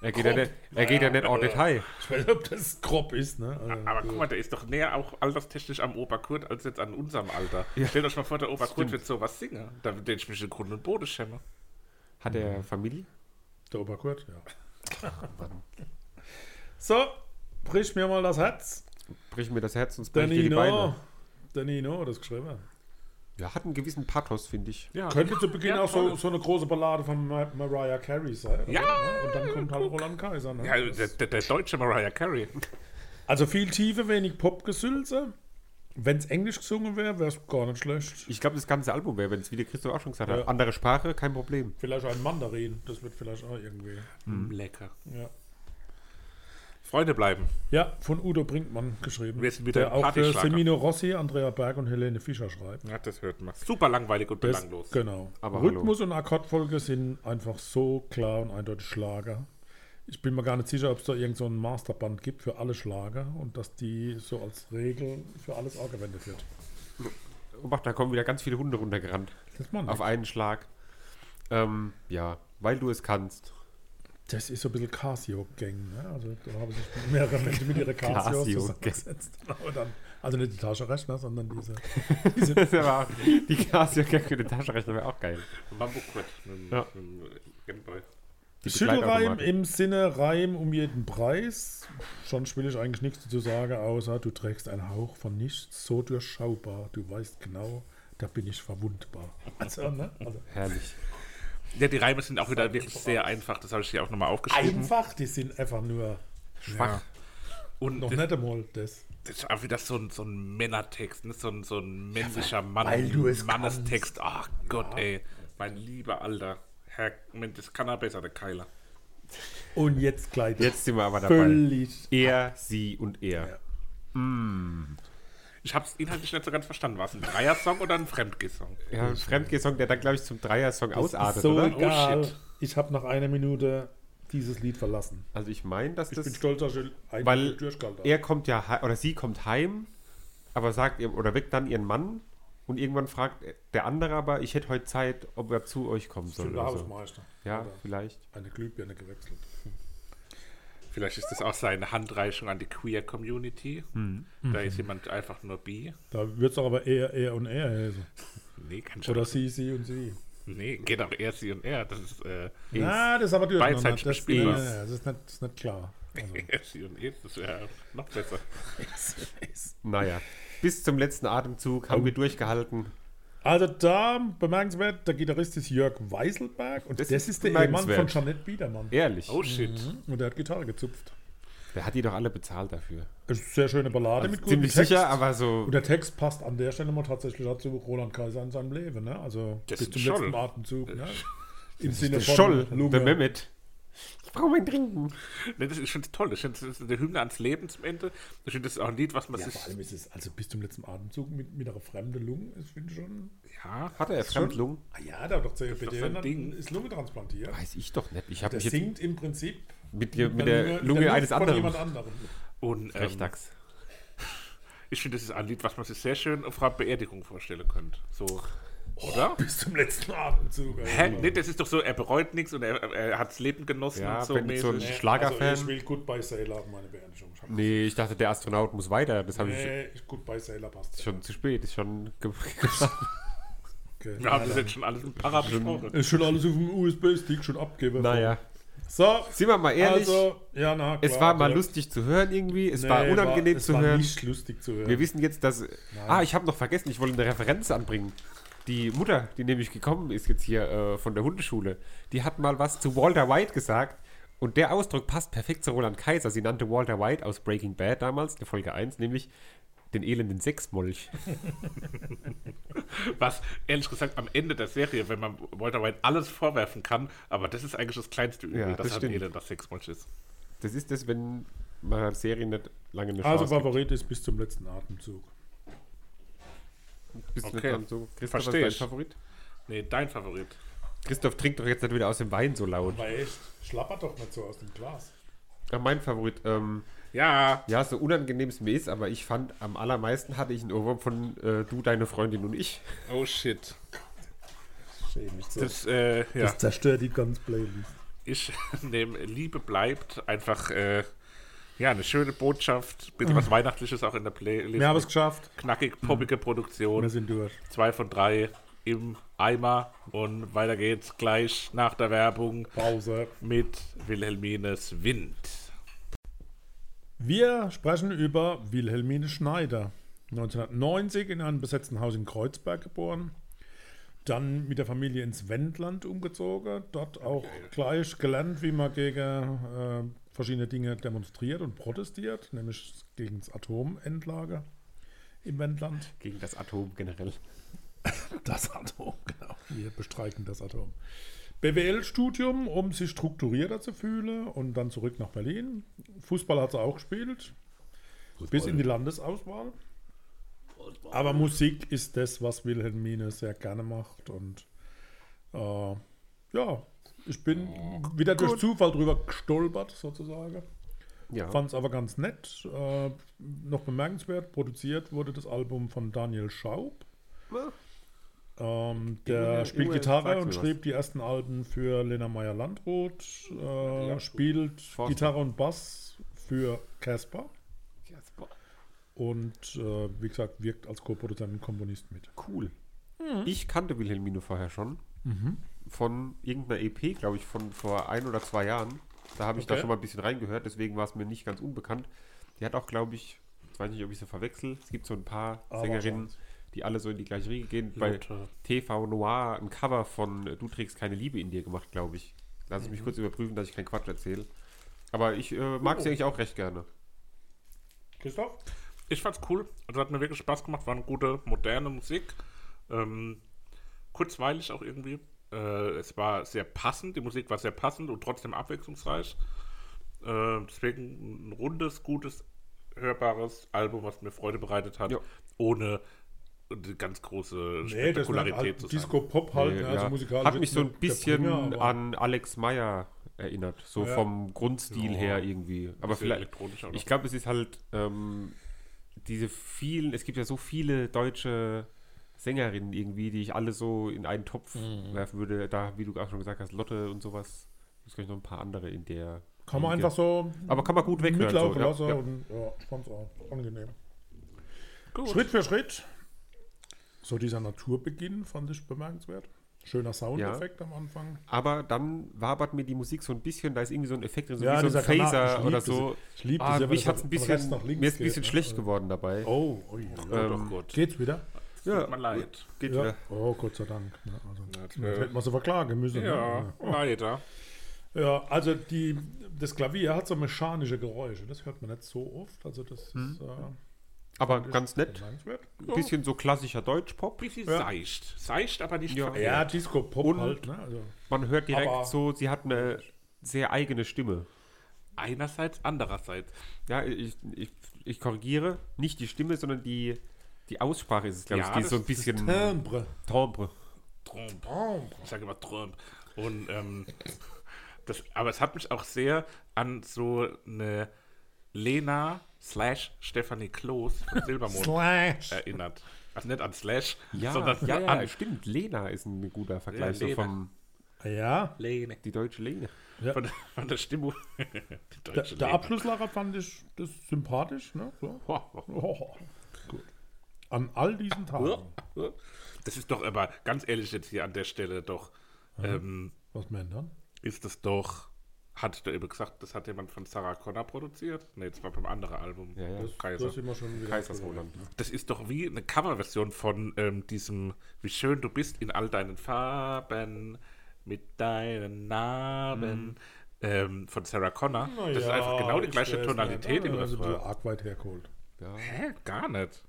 Er geht, ja, nicht, er geht ja nicht Äh. au Detail. Ich weiß nicht, ob das grob ist, ne? Also, aber guck mal, der ist doch näher auch alterstechnisch am Oberkurt als jetzt an unserem Alter. Stellt euch mal vor, der Oberkurt Stimmt. wird sowas singen, da würde ich mich in Grund und Boden schäme. Hat er Familie? der Oberkurt, ja. So, brich mir mal das Herz. Brich mir das Herz und Der brich dir die Nino. Beine. Der Nino hat das geschrieben. Ja, hat einen gewissen Pathos, finde ich. Ja, Könnte zu Beginn Ja, auch so, toll. so eine große Ballade von Ma Mariah Carey sein. oder? Ja, Und dann kommt halt Roland Kaiser. Ne? ja der, der, der deutsche Mariah Carey. Hm. also viel Tiefe, wenig Popgesülze. Wenn es Englisch gesungen wäre, wäre es gar nicht schlecht. Ich glaube, das ganze Album wäre, wenn es, wie der Christoph auch schon gesagt Ja. hat, andere Sprache, kein Problem. Vielleicht ein Mandarin, das wird vielleicht auch irgendwie. Mm, lecker. Ja, Freunde bleiben. ja von Udo Brinkmann geschrieben. Wir sind wieder der im auch für Partyschlager. Semino Rossi, Andrea Berg und Helene Fischer schreibt. Ja, das hört man. Super langweilig und Das- belanglos. Genau. Aber Rhythmus und Akkordfolge sind einfach so klar und eindeutig Schlager. Ich bin mir gar nicht sicher, ob es da irgend so ein Masterband gibt für alle Schlager und dass die so als Regel für alles angewendet wird. Obacht, Oh, da kommen wieder ganz viele Hunde runtergerannt. Das, man Auf einen Schlag. Ähm, ja, weil du es kannst. das ist so ein bisschen Casio-Gang. Ne? Also da haben sich mehrere Menschen mit ihren Casios Casio-Gang. zusammengesetzt. Aber dann, also nicht die Taschenrechner, sondern diese, diese Das war, die Casio-Gang für den Taschenrechner wäre auch geil. Bambukwet. mit- Ja. mit dem Mm, Gameboy. Die Schüttelreim Begleitautomaten. im Sinne Reim um jeden Preis. Sonst will ich eigentlich nichts dazu sagen, außer du trägst einen Hauch von nichts, so durchschaubar. Du weißt genau, da bin ich verwundbar. Also, ne? also Herrlich. Ja, die Reime sind auch wieder wirklich sehr einfach. Das habe ich hier auch nochmal aufgeschrieben. einfach, die sind einfach nur Schwach. Und noch das, nicht einmal das. das ist auch wieder so ein, so ein Männertext, ne? so, ein, so ein männlicher Mann. weil du es Mannestext. Ach Gott, ey. Mein lieber Alter. Herr, Mensch, das kann er besser, der Keiler. Und jetzt gleich Jetzt sind wir aber dabei. völlig. Er, sie und er. Ich habe es inhaltlich nicht so ganz verstanden. War es ein Dreier-Song oder ein Fremdgesong? Ja, ein Fremdgesong, der dann, glaube ich, zum Dreier-Song ausartet, so oder? egal. Oh, shit. Ich habe nach einer Minute dieses Lied verlassen. Also ich meine, dass Ich das... bin stolz, dass ich eine Weil Minute durchgehalten habe. er kommt ja, hei- oder sie kommt heim, aber sagt ihr, oder weckt dann ihren Mann und irgendwann fragt der andere aber, ich hätte heute Zeit, ob er zu euch kommen Ich bin soll. der Oder so. Hausmeister. Ja, Oder vielleicht. Eine Glühbirne gewechselt. Vielleicht ist das auch seine Handreichung an die Queer-Community. Da ist jemand einfach nur bi. Da wird es aber eher, eher und eher heißen. Nee, kann schon. Oder sie, sie und sie. Nee, geht auch er, sie und er. Das ist äh, Na, das ist aber durcheinander. Beidseitig Das, nee, nee, bespielbar. nee, das, ist nicht, das ist nicht klar. Also, er, sie und er. Das wäre noch besser. Naja, bis zum letzten Atemzug haben wir durchgehalten. also da bemerkenswert, der Gitarrist ist Jörg Weiselberg und das, Das ist ist der Ehemann von bemerkenswert. Jeanette Biedermann. Ehrlich. Oh shit. Und der hat Gitarre gezupft. Der hat die doch alle bezahlt dafür. Ist eine sehr schöne Ballade mit gutem Also Ziemlich Text. sicher, aber so. Und der Text passt an der Stelle mal tatsächlich dazu Roland Kaiser in seinem Leben. Ne? Also Das bis ist zum ein Scholl. letzten Atemzug. Ne? Im Sinne Der von Scholl, Lunge. der Mehmet. Ich brauche mein Trinken. Nee, das ist schon toll. Ich finde, das ist eine Hymne ans Leben zum Ende. Ich finde, das ist auch ein Lied, was man Ja, vor sich. allem ist es, also bis zum letzten Atemzug mit, mit einer fremden Lunge, ist finde ich schon. Ja, Hat er Fremdlung? Ah ja, da hat doch ist doch COPD so und ein dann Ding. ist Lunge transplantiert. Weiß ich doch nicht. Ah, Ich habe Der mich jetzt singt im Prinzip mit, dir- mit dann der Lunge- Lunge der Luft eines Von anderen. jemand anderem. und ähm, Rechdachs. ich finde, das ist ein Lied, was man sich sehr schön auf einer Beerdigung vorstellen könnte. So. Oder? Bis zum letzten Atemzug. ey. Hä? Nee, das ist doch so, er bereut nichts und er, er hat das Leben genossen Ja, und so wenn mit so mäßig. einem- Schlagerfan? Also ich will Goodbye Sailor auf meine Beerdigung schauen. Nee, ich dachte, der Astronaut muss weiter. Das habe ich Nee, ich- Goodbye Sailor passt. Schon zu spät, ist schon ge- geschafft. Okay. Wir haben das jetzt schon alles im Para besprochen. Ist schon alles auf dem USB-Stick schon abgeben. naja. So, Sind wir mal ehrlich, also, ja, na, es klar, war mal ja. lustig zu hören irgendwie, es Nee, war unangenehm es zu war hören. nicht lustig zu hören. Wir wissen jetzt, dass. Ah, ich habe noch vergessen, ich wollte eine Referenz anbringen. Die Mutter, die nämlich gekommen ist jetzt hier äh, von der Hundeschule, die hat mal was zu Walter White gesagt. Und der Ausdruck passt perfekt zu Roland Kaiser. Sie nannte Walter White aus Breaking Bad damals, der Folge 1, nämlich den elenden Sexmolch. Was ehrlich gesagt am Ende der Serie, wenn man Walter White alles vorwerfen kann, aber das ist eigentlich das kleinste Übel, Ja, dass das er ein stimmt. Elend, das Sexmunsch ist. Das ist das, wenn man einer Serie nicht lange eine Chance also gibt. Favorit ist bis zum letzten Atemzug. Bist du Okay. dann so? Christoph, was Versteh ist dein ich. Favorit? Nee, dein Favorit. Christoph trinkt doch jetzt nicht wieder aus dem Wein so laut. Aber echt, schlappert doch nicht so aus dem Glas. Ja, mein Favorit, ähm, Ja, ja, so unangenehm es mir ist, aber ich fand, am allermeisten hatte ich einen Ohrwurm von äh, Du, deine Freundin und ich. oh shit. Schäm mich so. Das, äh, ja. Das zerstört die ganze Playlist. ich nehme Liebe bleibt einfach äh, ja eine schöne Botschaft, ein bisschen was Weihnachtliches auch in der Playlist. Wir haben es Mhm. geschafft. Knackig, poppige Wir Produktion, sind durch. zwei von drei im Eimer und weiter geht's gleich nach der Werbung Pause. mit Wilhelmines Wind. Wir sprechen über Wilhelmine Schneider. 1990 in einem besetzten Haus in Kreuzberg geboren. Dann mit der Familie ins Wendland umgezogen. Dort auch gleich gelernt, wie man gegen äh, verschiedene Dinge demonstriert und protestiert, nämlich gegen das Atomendlager im Wendland. Gegen das Atom generell. Das Atom, genau. Wir bestreiken das Atom. BWL-Studium, um sich strukturierter zu fühlen und dann zurück nach Berlin. Fußball hat sie auch gespielt, bis in die Landesauswahl. Aber Musik ist das, was Wilhelmine sehr gerne macht. Und äh, ja, ich bin wieder durch Zufall drüber gestolpert, sozusagen. Ja. Fand es aber ganz nett. Äh, noch bemerkenswert, produziert wurde das Album von Daniel Schaub. Ähm, der Immerhin- spielt immerhin Gitarre sagst du und was. schrieb die ersten Alben für Lena Meyer Landroth. Äh, spielt Forster. Gitarre und Bass für Casper. Und äh, wie gesagt, wirkt als Co-Produzent und Komponist mit. Cool. Hm. Ich kannte Wilhelmine vorher schon. Von irgendeiner EP, glaube ich, von vor ein oder zwei Jahren. Da habe ich da Okay. schon mal ein bisschen reingehört, deswegen war es mir nicht ganz unbekannt. Die hat auch, glaube ich, ich weiß nicht, ob ich sie verwechsel. Es gibt so ein paar Aber Sängerinnen, schein's. die alle so in die gleiche Riege gehen. Bei Lotte. TV Noir ein Cover von äh, Du trägst keine Liebe in dir gemacht, glaube ich. Lass es Mhm. mich kurz überprüfen, dass ich keinen Quatsch erzähle. Aber ich äh, mag Oh. sie eigentlich auch recht gerne. Christoph? Ich fand's cool. Also hat mir wirklich Spaß gemacht. War eine gute, moderne Musik. Ähm, kurzweilig auch irgendwie. Äh, es war sehr passend. Die Musik war sehr passend und trotzdem abwechslungsreich. Äh, deswegen ein rundes, gutes, hörbares Album, was mir Freude bereitet hat. Ja. Ohne die ganz große Nee, das halt war Spektakularität zu sein. Disco-Pop halt. Äh, ne, also ja. musikalisch Hat jetzt mich so ein nicht der bisschen Bringer, aber- an Alex Meyer erinnert, so Ja. vom Grundstil Ja. her irgendwie. Aber Bisschen vielleicht, elektronischer noch. ich glaube, es ist halt ähm, diese vielen, es gibt ja so viele deutsche Sängerinnen irgendwie, die ich alle so in einen Topf werfen würde. Da, wie du auch schon gesagt hast, Lotte und sowas. Es gibt noch ein paar andere in der. Kann man Riege. einfach so Aber kann man gut weghören. mitlaufen So, ja, lassen ja. und ja, fand's auch angenehm. Gut. Schritt für Schritt. So dieser Naturbeginn fand ich bemerkenswert. Schöner Soundeffekt am Anfang. Aber dann wabert mir die Musik so ein bisschen, da ist irgendwie so ein Effekt drin, so Ja, wie so ein dieser Kanal- ich Phaser lieb oder das- so. ich lieb das ah, ja, weil mich das hat's von ein bisschen, rechts nach links mir ist ein geht, bisschen ne? schlecht Also- geworden dabei. Oh, ui. Ja, ähm, doch gut. Geht's wieder? Tut mir leid. Geht Ja. wieder. Oh, Gott sei Dank. Ja, also, das sonst wär- hätten wir sie verklagen müssen. Ja, Ne? leider. ja also die, das Klavier hat so mechanische Geräusche. Das hört man nicht so oft. Also das ist äh, Aber ganz nett. bemerkenswert. Ein Hm. bisschen so klassischer Deutschpop. Bisschen Ja. seicht. Seicht, aber nicht Ja. verkehrt. Ja, Disco-Pop Und- halt. Ne? Also, Man hört direkt Aber- so, sie hat eine sehr eigene Stimme. Einerseits, andererseits. Ja, ich, ich, ich korrigiere. Nicht die Stimme, sondern die, die Aussprache ist es, glaube Ja, ich. Die ist so ein das ist bisschen Timbre. Timbre. Trump. Ich sage immer Trump. Und ähm, das, aber es hat mich auch sehr an so eine Lena slash Stephanie Kloß von Silbermond Slash. erinnert. Also nicht an Slash, Ja, sondern ja, an ja, stimmt. Lena ist ein guter Ja, Vergleich. so Lena. vom, Ja, Lene. die deutsche Lena. Von, der- von der Stimmung. Die der, deutsche der Lene. Abschlusslacher fand ich das sympathisch. Ne? So. Oh, gut. An all diesen Tagen. Das ist doch aber, ganz ehrlich jetzt hier an der Stelle doch, Mhm. ähm, Was Männern? ist es doch, hat der eben gesagt, das hat jemand von Sarah Connor produziert? Ne, jetzt war beim anderen Album. Ja, ja. Das, Kaiser. Das sind wir schon wieder. Kaisersroland. Das ist doch wie eine Coverversion von ähm, diesem Wie schön du bist in all deinen Farben, mit deinen Narben ähm, von Sarah Connor. das ist Mhm. Ja, einfach genau die ich gleiche weiß Tonalität nicht. im Ah, Also Refrain. du arg weit hergeholt. Ja. Hä? Gar nicht.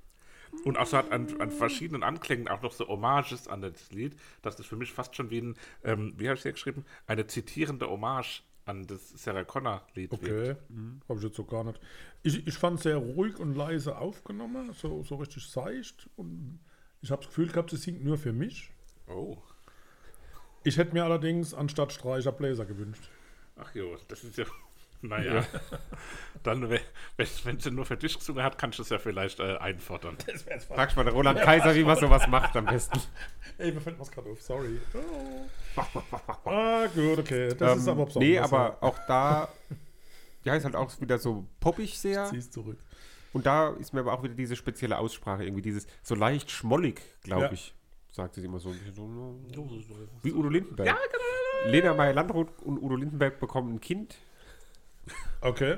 Und auch so hat an, an verschiedenen Anklängen auch noch so Hommages an das Lied, dass das für mich fast schon wie ein, ähm, wie habe ich hier geschrieben, eine zitierende Hommage an das Sarah Connor-Lied wirkt. Okay, habe ich jetzt so gar nicht. Ich, ich fand es sehr ruhig und leise aufgenommen, so, so richtig seicht. Und ich habe das Gefühl gehabt, sie singt nur für mich. Oh. Ich hätte mir allerdings anstatt Streicher Bläser gewünscht. Ach jo, das ist ja. Naja. Dann, wenn, wenn, wenn sie nur für dich gesungen hat, kannst du es ja vielleicht äh, einfordern. Das wäre jetzt Fragst mal der Roland Kaiser, wie man sowas macht am besten. Ey, mir fällt was gerade auf, sorry. Oh. ah, gut, okay. Das Ähm, ist aber Nee, besonders, aber auch da. Ja, ist halt auch wieder so poppig sehr. ja. Sie ist zurück. Und da ist mir aber auch wieder diese spezielle Aussprache irgendwie, dieses so leicht schmollig, glaube Ja. ich, sagt sie immer so. ein bisschen genau, so. Wie Udo Lindenberg. Lena Meyer-Landrut und Udo Lindenberg bekommen ein Kind. Okay.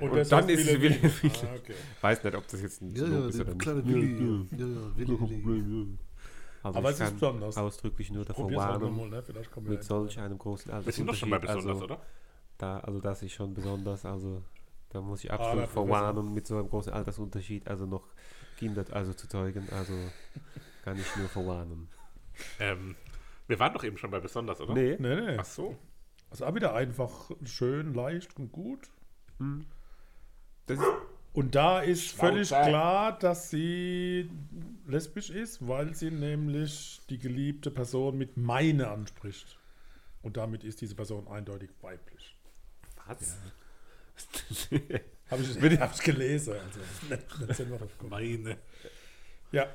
Und dann ist es Willi. Willi- Willi. Ah, okay. Weiß nicht, ob das jetzt ein Ja, Lob ja, ist der oder nicht. kleine Willi. Ja, ja, Willi, Willi. Aber es ist besonders. Also ausdrücklich nur davor Probier's auch warnen, nochmal, ne? Vielleicht kommen wir mit solch einem großen Wir sind doch schon mal besonders, also, oder? Da, also das ist schon besonders, also da muss ich Ah, absolut dafür verwarnen mit so einem großen Altersunterschied, also noch Kinder also zu zeugen, also kann ich nur verwarnen. Ähm, wir waren doch eben schon bei besonders, oder? Nee, Nee, nee. Ach so. Also auch wieder einfach schön, leicht und gut. das ist, Und da ist völlig Schnauze. klar, dass sie lesbisch ist, weil sie nämlich die geliebte Person mit meine anspricht. Und damit ist diese Person eindeutig weiblich. was? Habe ich, hab ich gelesen. Also, nicht- nicht selber drauf gekommen. Meine. ja.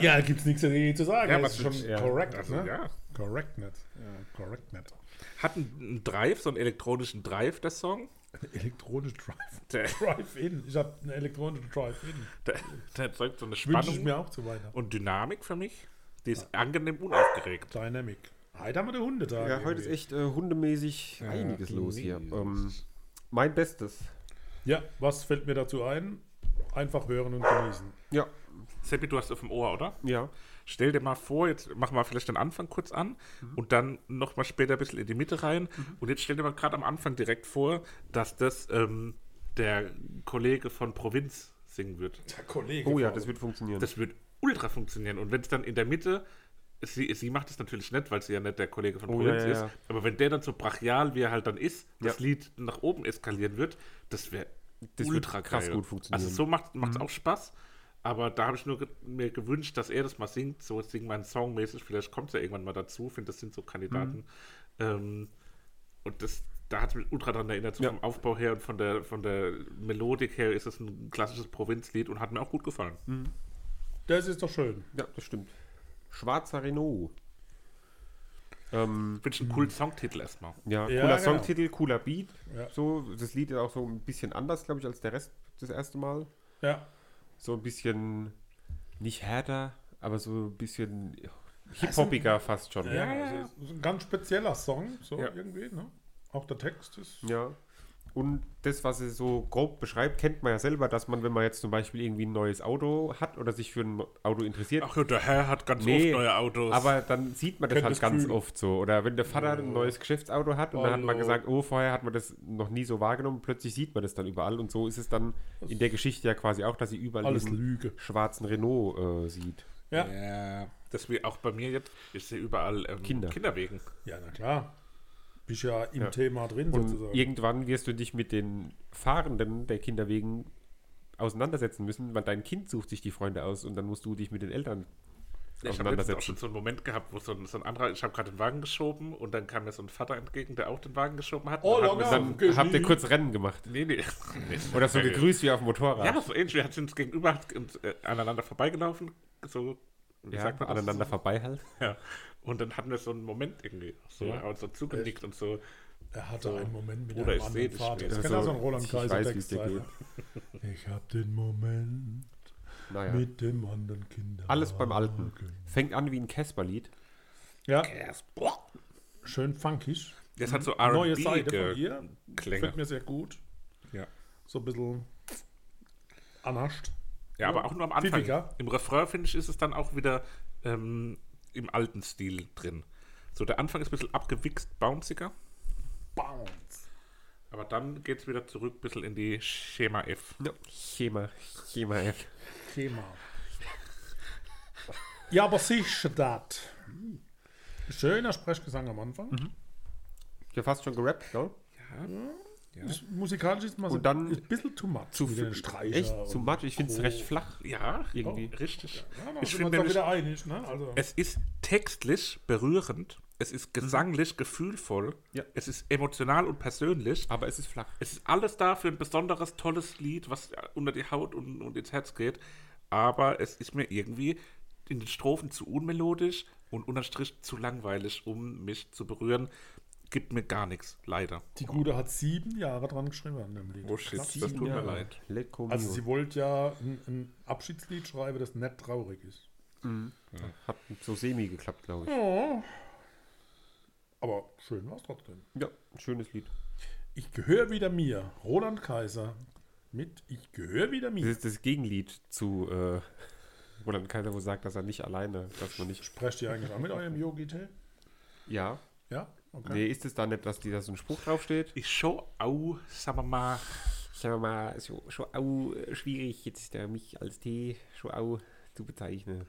Ja, da gibt es nichts dagegen zu sagen. Ja, das ist aber- schon ja, korrekt. Also, ne? ja. Korrekt nicht. Ja, korrekt nicht. Hat einen einen Drive, so einen elektronischen Drive, der Song. Elektronische Drive. Der, Drive-In. Ich habe eine elektronische Drive-In. der, der erzeugt so eine Wünsche ich Spannung mir auch zu Weihnachten. und Dynamik für mich. Die ist angenehm unaufgeregt. Dynamic. Heute haben wir den Hundetag. Ja, heute ist irgendwie. echt äh, hundemäßig einiges los hier. Ähm, mein Bestes. Ja, was fällt mir dazu ein? Einfach hören und genießen. Ja, Seppi, du hast auf dem Ohr, oder? ja. Stell dir mal vor, jetzt machen wir vielleicht den Anfang kurz an und dann nochmal später ein bisschen in die Mitte rein. Und jetzt stell dir mal gerade am Anfang direkt vor, dass das ähm, der Kollege von Provinz singen wird. Der Kollege. Oh ja, das wird funktionieren. Das wird ultra funktionieren. Und wenn es dann in der Mitte, sie, sie macht es natürlich nicht, weil sie ja nicht der Kollege von Oh, Provinz ja, ja, ist, ja. aber wenn der dann so brachial, wie er halt dann ist, das Ja. Lied nach oben eskalieren wird, das wäre Das wird ultra krass geil. gut funktionieren. Mhm. Also so macht es auch Spaß. Aber da habe ich nur ge mir gewünscht, dass er das mal singt, so sing meinen Song mäßig. Vielleicht kommt es ja irgendwann mal dazu. Ich finde, das sind so Kandidaten. Mhm. Ähm, und das, da hat es mich ultra daran erinnert, so Ja. vom Aufbau her und von der, von der Melodik her ist es ein klassisches Provinzlied und hat mir auch gut gefallen. Das ist doch schön. ja, das stimmt. Schwarzer Renault. Ähm, Finde Hm. ich einen coolen Songtitel erstmal. ja, Ja, cooler genau. Songtitel, cooler Beat. Ja. So, das Lied ist auch so ein bisschen anders, glaube ich, als der Rest das erste Mal. Ja. So ein bisschen nicht härter, aber so ein bisschen hip-hoppiger fast schon. Also Ja, Also, es ist ein ganz spezieller Song, so Ja. irgendwie, ne? Auch der Text ist. Ja. Und das, was sie so grob beschreibt, kennt man ja selber, dass man, wenn man jetzt zum Beispiel irgendwie ein neues Auto hat oder sich für ein Auto interessiert, ja, der Herr hat ganz Nee, Aber dann sieht man das Könnt halt das ganz fühlen. Oh. oft so. Oder wenn der Vater ein neues Geschäftsauto hat und dann hat man Hallo. gesagt, oh, vorher hat man das noch nie so wahrgenommen, plötzlich sieht man das dann überall. Und so ist es dann in der Geschichte ja quasi auch, dass sie überall Alles diesen Lüge. schwarzen Renault äh, sieht. Ja. ja. ja. Das wie auch bei mir jetzt, ich sehe überall ähm, Kinder. Kinderwegen. na klar. Bist ja im Thema drin Und sozusagen. irgendwann wirst du dich mit den Fahrenden der Kinder wegen auseinandersetzen müssen, weil dein Kind sucht sich die Freunde aus und dann musst du dich mit den Ich Eltern habe letztens auch auseinandersetzen. schon so einen Moment gehabt, wo so ein, so ein anderer, ich habe gerade den Wagen geschoben und dann kam mir so ein Vater entgegen, der auch den Wagen geschoben hat. Oh, Dann hat locker. mir so ein- Dann habt ihr kurz Rennen gemacht. Nee, nee. Oder so gegrüßt wie auf dem Motorrad. Ja, so ähnlich. Wir sind uns gegenüber hat uns, äh, aneinander vorbeigelaufen. So, wie Ja, sagt man das? aneinander vorbei halt. Ja. Und dann hatten wir so einen Moment irgendwie. So, Ja. ja. und so zugenickt und so. er hatte einen Moment mit Oder einem ich seh anderen dich Vater. später. Das kann Also, auch so ein Roland ich weiß, wie's Kaiser-Text dir sein. Ich hab den Moment Naja. mit Ah, dem anderen Kind. Ah, Alles beim Alten. Fängt an wie ein Casper-Lied. Ja, Yes. Boah. schön funkig. Das hat so Neue Seite von R&B ihr. Klänge. Fällt mir sehr gut. Ja. So ein bisschen anhascht. Ja, aber auch nur am Anfang. Pfiffiger. Im Refrain, finde ich, ist es dann auch wieder ähm, im alten Stil drin. So, der Anfang ist ein bisschen abgewichst, bounciger, Bounce. aber dann geht es wieder zurück ein bisschen in die Schema F. Ja. Chema, Chema F. Thema. Ja, aber sicher das. Schöner Sprechgesang am Anfang. Mhm. Ja, fast schon gerappt, ne? gell? Ist musikalisch ist mal so Und dann ein bisschen too much. Zu mit viel- den Streicher Echt zu und- much. Ich finde es Oh. recht flach. Ja, oh, Irgendwie. richtig. Ja, da ich sind wir finde uns doch nämlich, wieder einig, ne? Also, es ist textlich berührend, es Mhm. ist gesanglich gefühlvoll, Ja. es ist emotional und persönlich. Aber es ist flach. Es ist alles da für ein besonderes, tolles Lied, was unter die Haut und, und ins Herz geht. Aber es ist mir irgendwie in den Strophen zu unmelodisch und unterm Strich zu langweilig, um mich zu berühren. Gibt mir gar nichts, leider. die Gute hat sieben Jahre dran geschrieben an dem Lied. Oh shit, Krass. das tut mir leid. Lecco mio. Also sie wollte ja ein, ein Abschiedslied schreiben, das nicht traurig ist. Hat so semi geklappt, glaube ich. Aber schön war es trotzdem. Ja, schönes Lied. Ich gehöre wieder mir. Roland Kaiser mit Ich gehöre wieder Das mir. ist das Gegenlied zu äh, Roland Kaiser, wo sagt, dass er nicht alleine, dass man nicht. Sprecht ihr eigentlich auch mit eurem Yogi Tee? Ja. Ja? Okay. Nee, ist es da nicht, dass die da so ein Spruch draufsteht? Ist schon auch, sagen wir mal, Sagen wir mal, ist schon, schon auch äh, schwierig, jetzt äh, mich als T schon auch zu bezeichnen.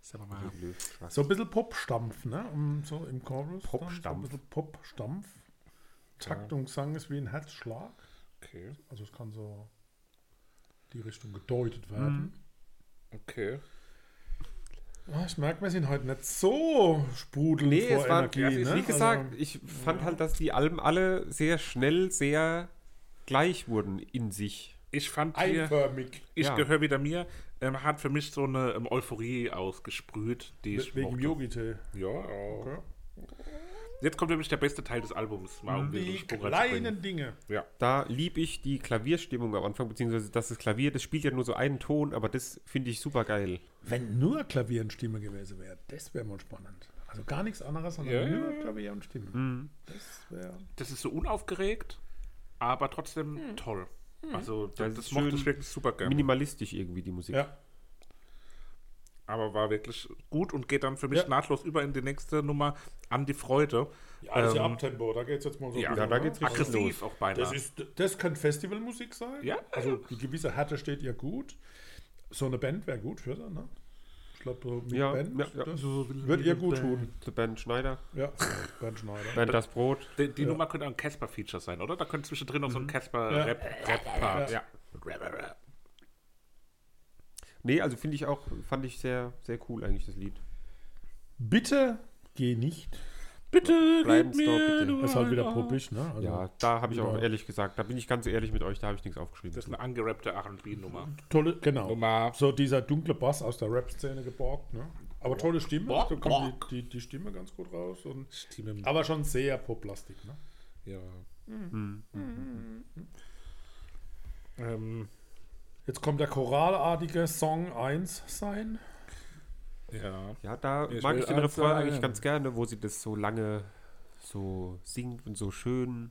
sagen wir mal, So ein bisschen Popstampf, ne? Um, So im Chorus. dann, Popstampf. So ein bisschen Popstampf. Takt und Gesang ist wie ein Herzschlag. okay, Also es kann so die Richtung gedeutet werden. okay. Ah, ich merke, wir sind heute nicht so sprudelnd Mhm. Nee, vor es war, Energie. also, ne? wie gesagt, Also, ich fand halt, dass die Alben alle sehr schnell, sehr gleich wurden in sich. Ich fand hier, einförmig. ich ja. gehöre wieder mir, ähm, hat für mich so eine ähm, Euphorie ausgesprüht, die ich Wegen mochte. Yogi Tee. Ja, okay. Jetzt kommt nämlich der beste Teil des Albums, mal um diesen Die Sprung reinzubringen. kleinen Dinge. Ja, Da lieb ich die Klavierstimmung am Anfang, beziehungsweise dass das Klavier, das spielt ja nur so einen Ton, aber das finde ich super geil. Wenn nur Klavier und Stimme gewesen wäre, das wäre mal spannend. Also gar nichts anderes, sondern Ja, nur ja, Mhm. ja. Klavier und Stimme. Das wäre. das ist so unaufgeregt, aber trotzdem toll. Also das, ist das mochte ich schön wirklich super gerne. Minimalistisch irgendwie die Musik. Ja, aber war wirklich gut und geht dann für mich Ja. nahtlos über in die nächste Nummer an die Freude. ja das ist ja Ähm, Abtempo, da geht's jetzt mal so. ja, da geht's richtig aggressiv los. auch beinahe. Das, ist, das kann Festivalmusik sein. Ja. Also die gewisse Härte steht ihr gut. So eine Band wäre gut für sie, ne? Ich glaube, so mit Ja, Band, ja, ja. das So will wird mit ihr gut Band. tun. Zu Bernd Schneider, Ja, Bernd Schneider. Bernd das Brot. die die Nummer könnte auch ein Casper-Feature sein, oder? Da könnte zwischendrin noch so ein Mhm. Ja. Casper-Rap-Part. Ja. Ja. Nee, also finde ich auch, fand ich sehr, sehr cool eigentlich das Lied. Bitte geh nicht. Bitte, Bleiben mir bitte. nur Das ist halt wieder popisch, ne? Also, ja, da habe ich auch ja. ehrlich gesagt, da bin ich ganz ehrlich mit euch, da habe ich nichts aufgeschrieben. Das ist eine angerappte R&B-Nummer. Tolle, genau. Nummer- So dieser dunkle Bass aus der Rap-Szene geborgt, ne? Aber tolle Stimme, Borg, da kommt borg. die, die, die Stimme ganz gut raus. Und, Stimme. aber schon sehr poplastik, ne? Ja. Mhm. Ähm, Jetzt kommt der choralartige Song 1 sein. ja. ja, da Ich mag will ich den eins Refrain eigentlich sagen. ganz gerne, wo sie das so lange so singt und so schön.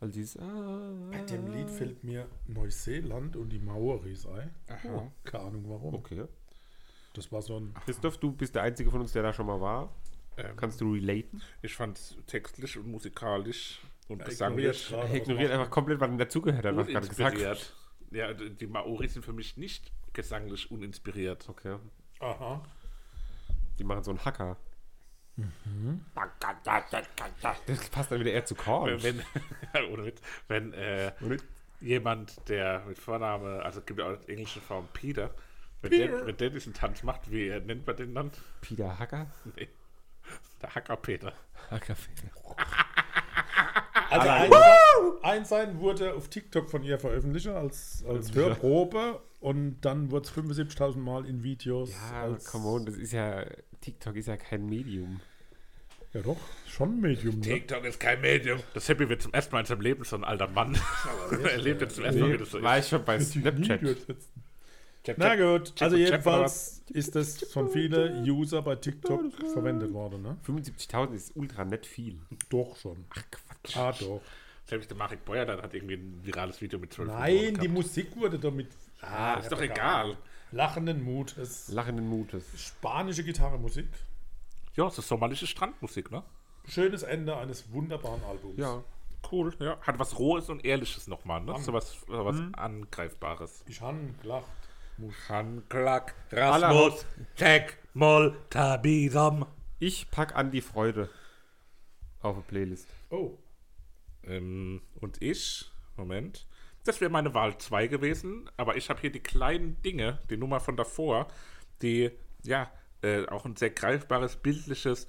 Also dieses ah, Bei dem Lied fällt mir Neuseeland und die Maoris ein. Aha. Keine Ahnung warum. Okay. Das war so ein. Christoph, du bist der Einzige von uns, der da schon mal war. Ähm, Kannst du relaten? ich fand es textlich und musikalisch und Ja, ignoriert gesanglich gerade, Er was ignoriert einfach komplett, was ihm dazugehört hat, was gerade gesagt hat. uninspiriert. Ja, d- die Maori sind für mich nicht gesanglich uninspiriert. Okay. macht- Aha. Die machen so einen Hacker. Das passt dann wieder eher zu Korn. Wenn, wenn, ohne Witz, wenn äh, jemand, der mit Vorname, also gibt ja auch die englische Form Peter, wenn Peter. der, wenn der diesen Tanz macht, wie äh, nennt man den dann? Peter Hacker? Nee. Der Hacker Peter. Hacker Ah, Also ein, ein sein wurde auf TikTok von ihr veröffentlicht als, als Hörprobe und dann wurde es 75.000 Mal in Videos. Ja, aber als, Ah, come on, das ist ja. TikTok ist ja kein Medium. Ja doch, schon ein Medium. Ne? TikTok ist kein Medium. Das Happy wird zum ersten Mal in seinem Leben so ein alter Mann. er lebt jetzt zum ersten Mal, wie das so Also, War ist. ich schon bei Snapchat. Videos jetzt. Chap, Na chap. gut, Check also und check, jedenfalls ist das von vielen User bei TikTok verwendet worden, ne? 75.000 ist ultra nett viel. Doch schon. Ach Quatsch. Ah doch. Selbst der Marek Beuer dann hat irgendwie ein virales Video mit 12 Nein, die Millionen Musik wurde damit Ah, gehabt. Ist doch egal. lachenden Mutes. Lachenden Mutes. Spanische Gitarrenmusik. Ja, das ist sommerliche Strandmusik, ne? Schönes Ende eines wunderbaren Albums. Ja. Cool, ja. Hat was Rohes und Ehrliches nochmal, ne? So was, so was Angreifbares. Ich habe gelacht. Hanklack, Rasmus, Check, Moll, Tabisam. Ich pack an die Freude auf eine Playlist. Oh, Ähm, und ich, Moment, das wäre meine Wahl 2 gewesen, aber ich habe hier die kleinen Dinge, die Nummer von davor, die, ja, äh, auch ein sehr greifbares, bildliches,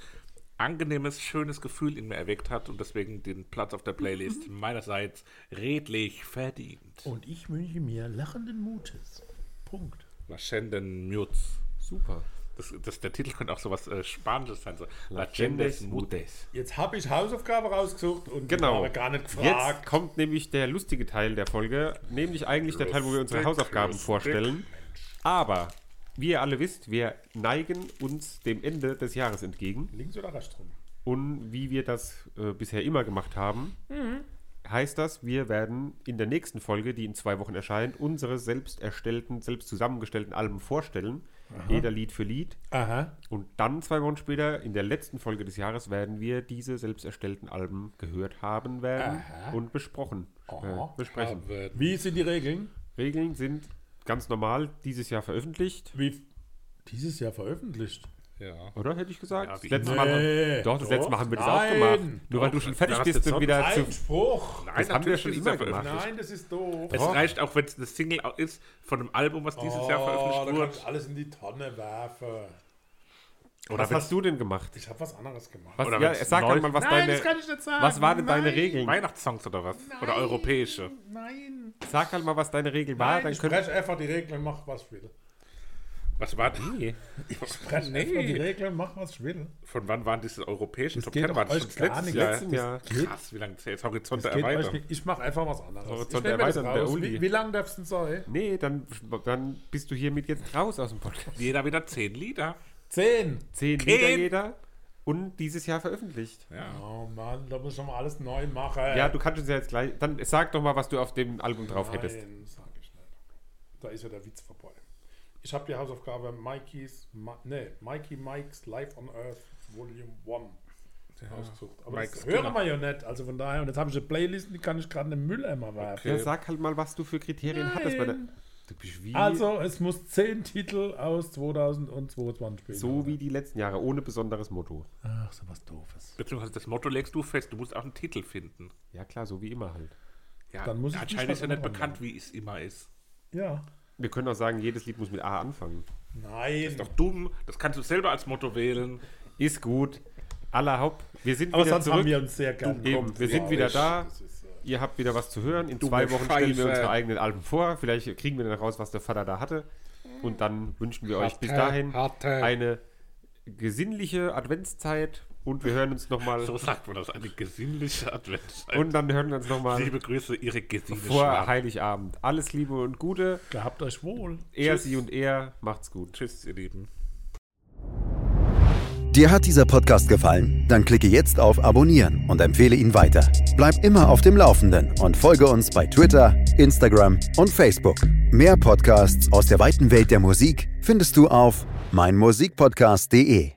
angenehmes, schönes Gefühl in mir erweckt hat und deswegen den Platz auf der Playlist meinerseits redlich verdient. und ich wünsche mir lachenden Mutes. Punkt. La Schenden Mutz. Super. Das, das, der Titel könnte auch sowas äh, Spanisches sein. So. La Gendes Gendes Mutes. Jetzt habe ich Hausaufgabe rausgesucht und Genau. habe gar nicht Jetzt gefragt. kommt nämlich der lustige Teil der Folge, nämlich eigentlich der Teil, wo wir unsere Lustig, Hausaufgaben lustig. vorstellen. Aber, wie ihr alle wisst, wir neigen uns dem Ende des Jahres entgegen. Links oder rechts rum? Und wie wir das äh, bisher immer gemacht haben, heißt das, wir werden in der nächsten Folge, die in zwei Wochen erscheint, unsere selbst erstellten, selbst zusammengestellten Alben vorstellen. Jeder Lied für Lied. Aha. Und dann zwei Wochen später, in der letzten Folge des Jahres, werden wir diese selbst erstellten Alben gehört haben werden Aha. und besprochen. Äh, Aha. besprechen. Wie sind die Regeln? Regeln sind ganz normal dieses Jahr veröffentlicht, Wie dieses Jahr veröffentlicht. Ja. oder hätte ich gesagt? Ja, das wie letzte immer. Mal Nee, doch, das doch. letzte Mal haben wir das Nein. auch gemacht. Nur weil du schon fertig hast bist jetzt und noch wieder zu. Einspruch. Nein, Das haben wir natürlich schon ist immer er gemacht. veröffentlicht. Nein, das ist doof. Es reicht auch, wenn es eine Single au- ist von einem Album, was dieses Jahr Oh, da veröffentlicht kann ich wurde. alles in die Tonne werfen. Was wenn's- hast du denn gemacht? Ich habe was anderes gemacht. Was, Oder ja, wenn's sag neu- doch mal, was Nein, das deine, kann ich nicht sagen. was waren denn Nein, deine Regeln? Weihnachtssongs oder was? Oder europäische? Nein. Sag halt mal, was deine Regel war, Nein, dann ich können spreche einfach die Regeln, mach was ich will. Was war nee. Ich spreche Nee. einfach die Regeln, mach was ich will. Von wann waren diese europäischen Das geht doch War das euch schon das gar letztes nicht. Jahr? letzten Jahr. Geht- Krass, wie lange ist jetzt Horizonte Das geht euch erweitert? nicht. Ich mache einfach was anderes. Horizont ich nehm mir das erweitern, der raus. Uli. Wie, wie lange darfst du denn sein? Nee, dann, dann bist du hiermit jetzt raus aus dem Podcast. Jeder wieder zehn Lieder. Zehn. Zehn Lieder Kein- jeder und dieses Jahr veröffentlicht. Ja. Oh Mann, da muss ich schon mal alles neu machen. Ja, du kannst uns ja jetzt gleich. Dann sag doch mal, was du auf dem Album drauf hättest. Nein, sag ich nicht. Da ist ja der Witz vorbei. Ich habe die Hausaufgabe Mikey's, Ma nee, Mikey Mike's Life on Earth Volume 1 ausgesucht. Aber Mike's das hören Killer. wir ja nicht, also von daher. Und jetzt habe ich eine Playlist, die kann ich gerade in den Mülleimer werfen. Ja, sag halt mal, was du für Kriterien hattest. Bei der, Nein. du bist wie, Also, es muss 10 Titel aus 2022 spielen. so wie die letzten Jahre, ohne besonderes Motto. Ach, so was Doofes. Beziehungsweise das Motto legst du fest, du musst auch einen Titel finden. Ja, klar, so wie immer halt. Ja, Dann muss ich anscheinend nicht ist ja was nicht ändern. bekannt, wie es immer ist. Ja. Wir können auch sagen, jedes Lied muss mit A anfangen. Nein. Doch dumm, das kannst du selber als Motto wählen. Ist gut. Aller Haupt. Wir sind Aber wieder sonst haben zurück. wir uns sehr gern. Eben, wir sind wieder da. Das ist, äh, Ihr habt wieder was zu hören. In Dumme zwei Wochen stellen wir Scheiße. unsere eigenen Alben vor. Vielleicht kriegen wir dann raus, was der Vater da hatte. Und dann wünschen wir euch bis Hatte, dahin hatte. eine gesinnliche Adventszeit. Und wir hören uns nochmal. So sagt man das, eine gesinnliche Adventszeit. Und dann hören wir uns nochmal liebe Grüße, ihre Gesine vor Schwab. Heiligabend. Alles Liebe und Gute. Gehabt euch wohl. Er, Tschüss. sie und er. Macht's gut. Tschüss, ihr Lieben. Dir hat dieser Podcast gefallen? Dann klicke jetzt auf Abonnieren und empfehle ihn weiter. Bleib immer auf dem Laufenden und folge uns bei Twitter, Instagram und Facebook. Mehr Podcasts aus der weiten Welt der Musik findest du auf meinmusikpodcast.de.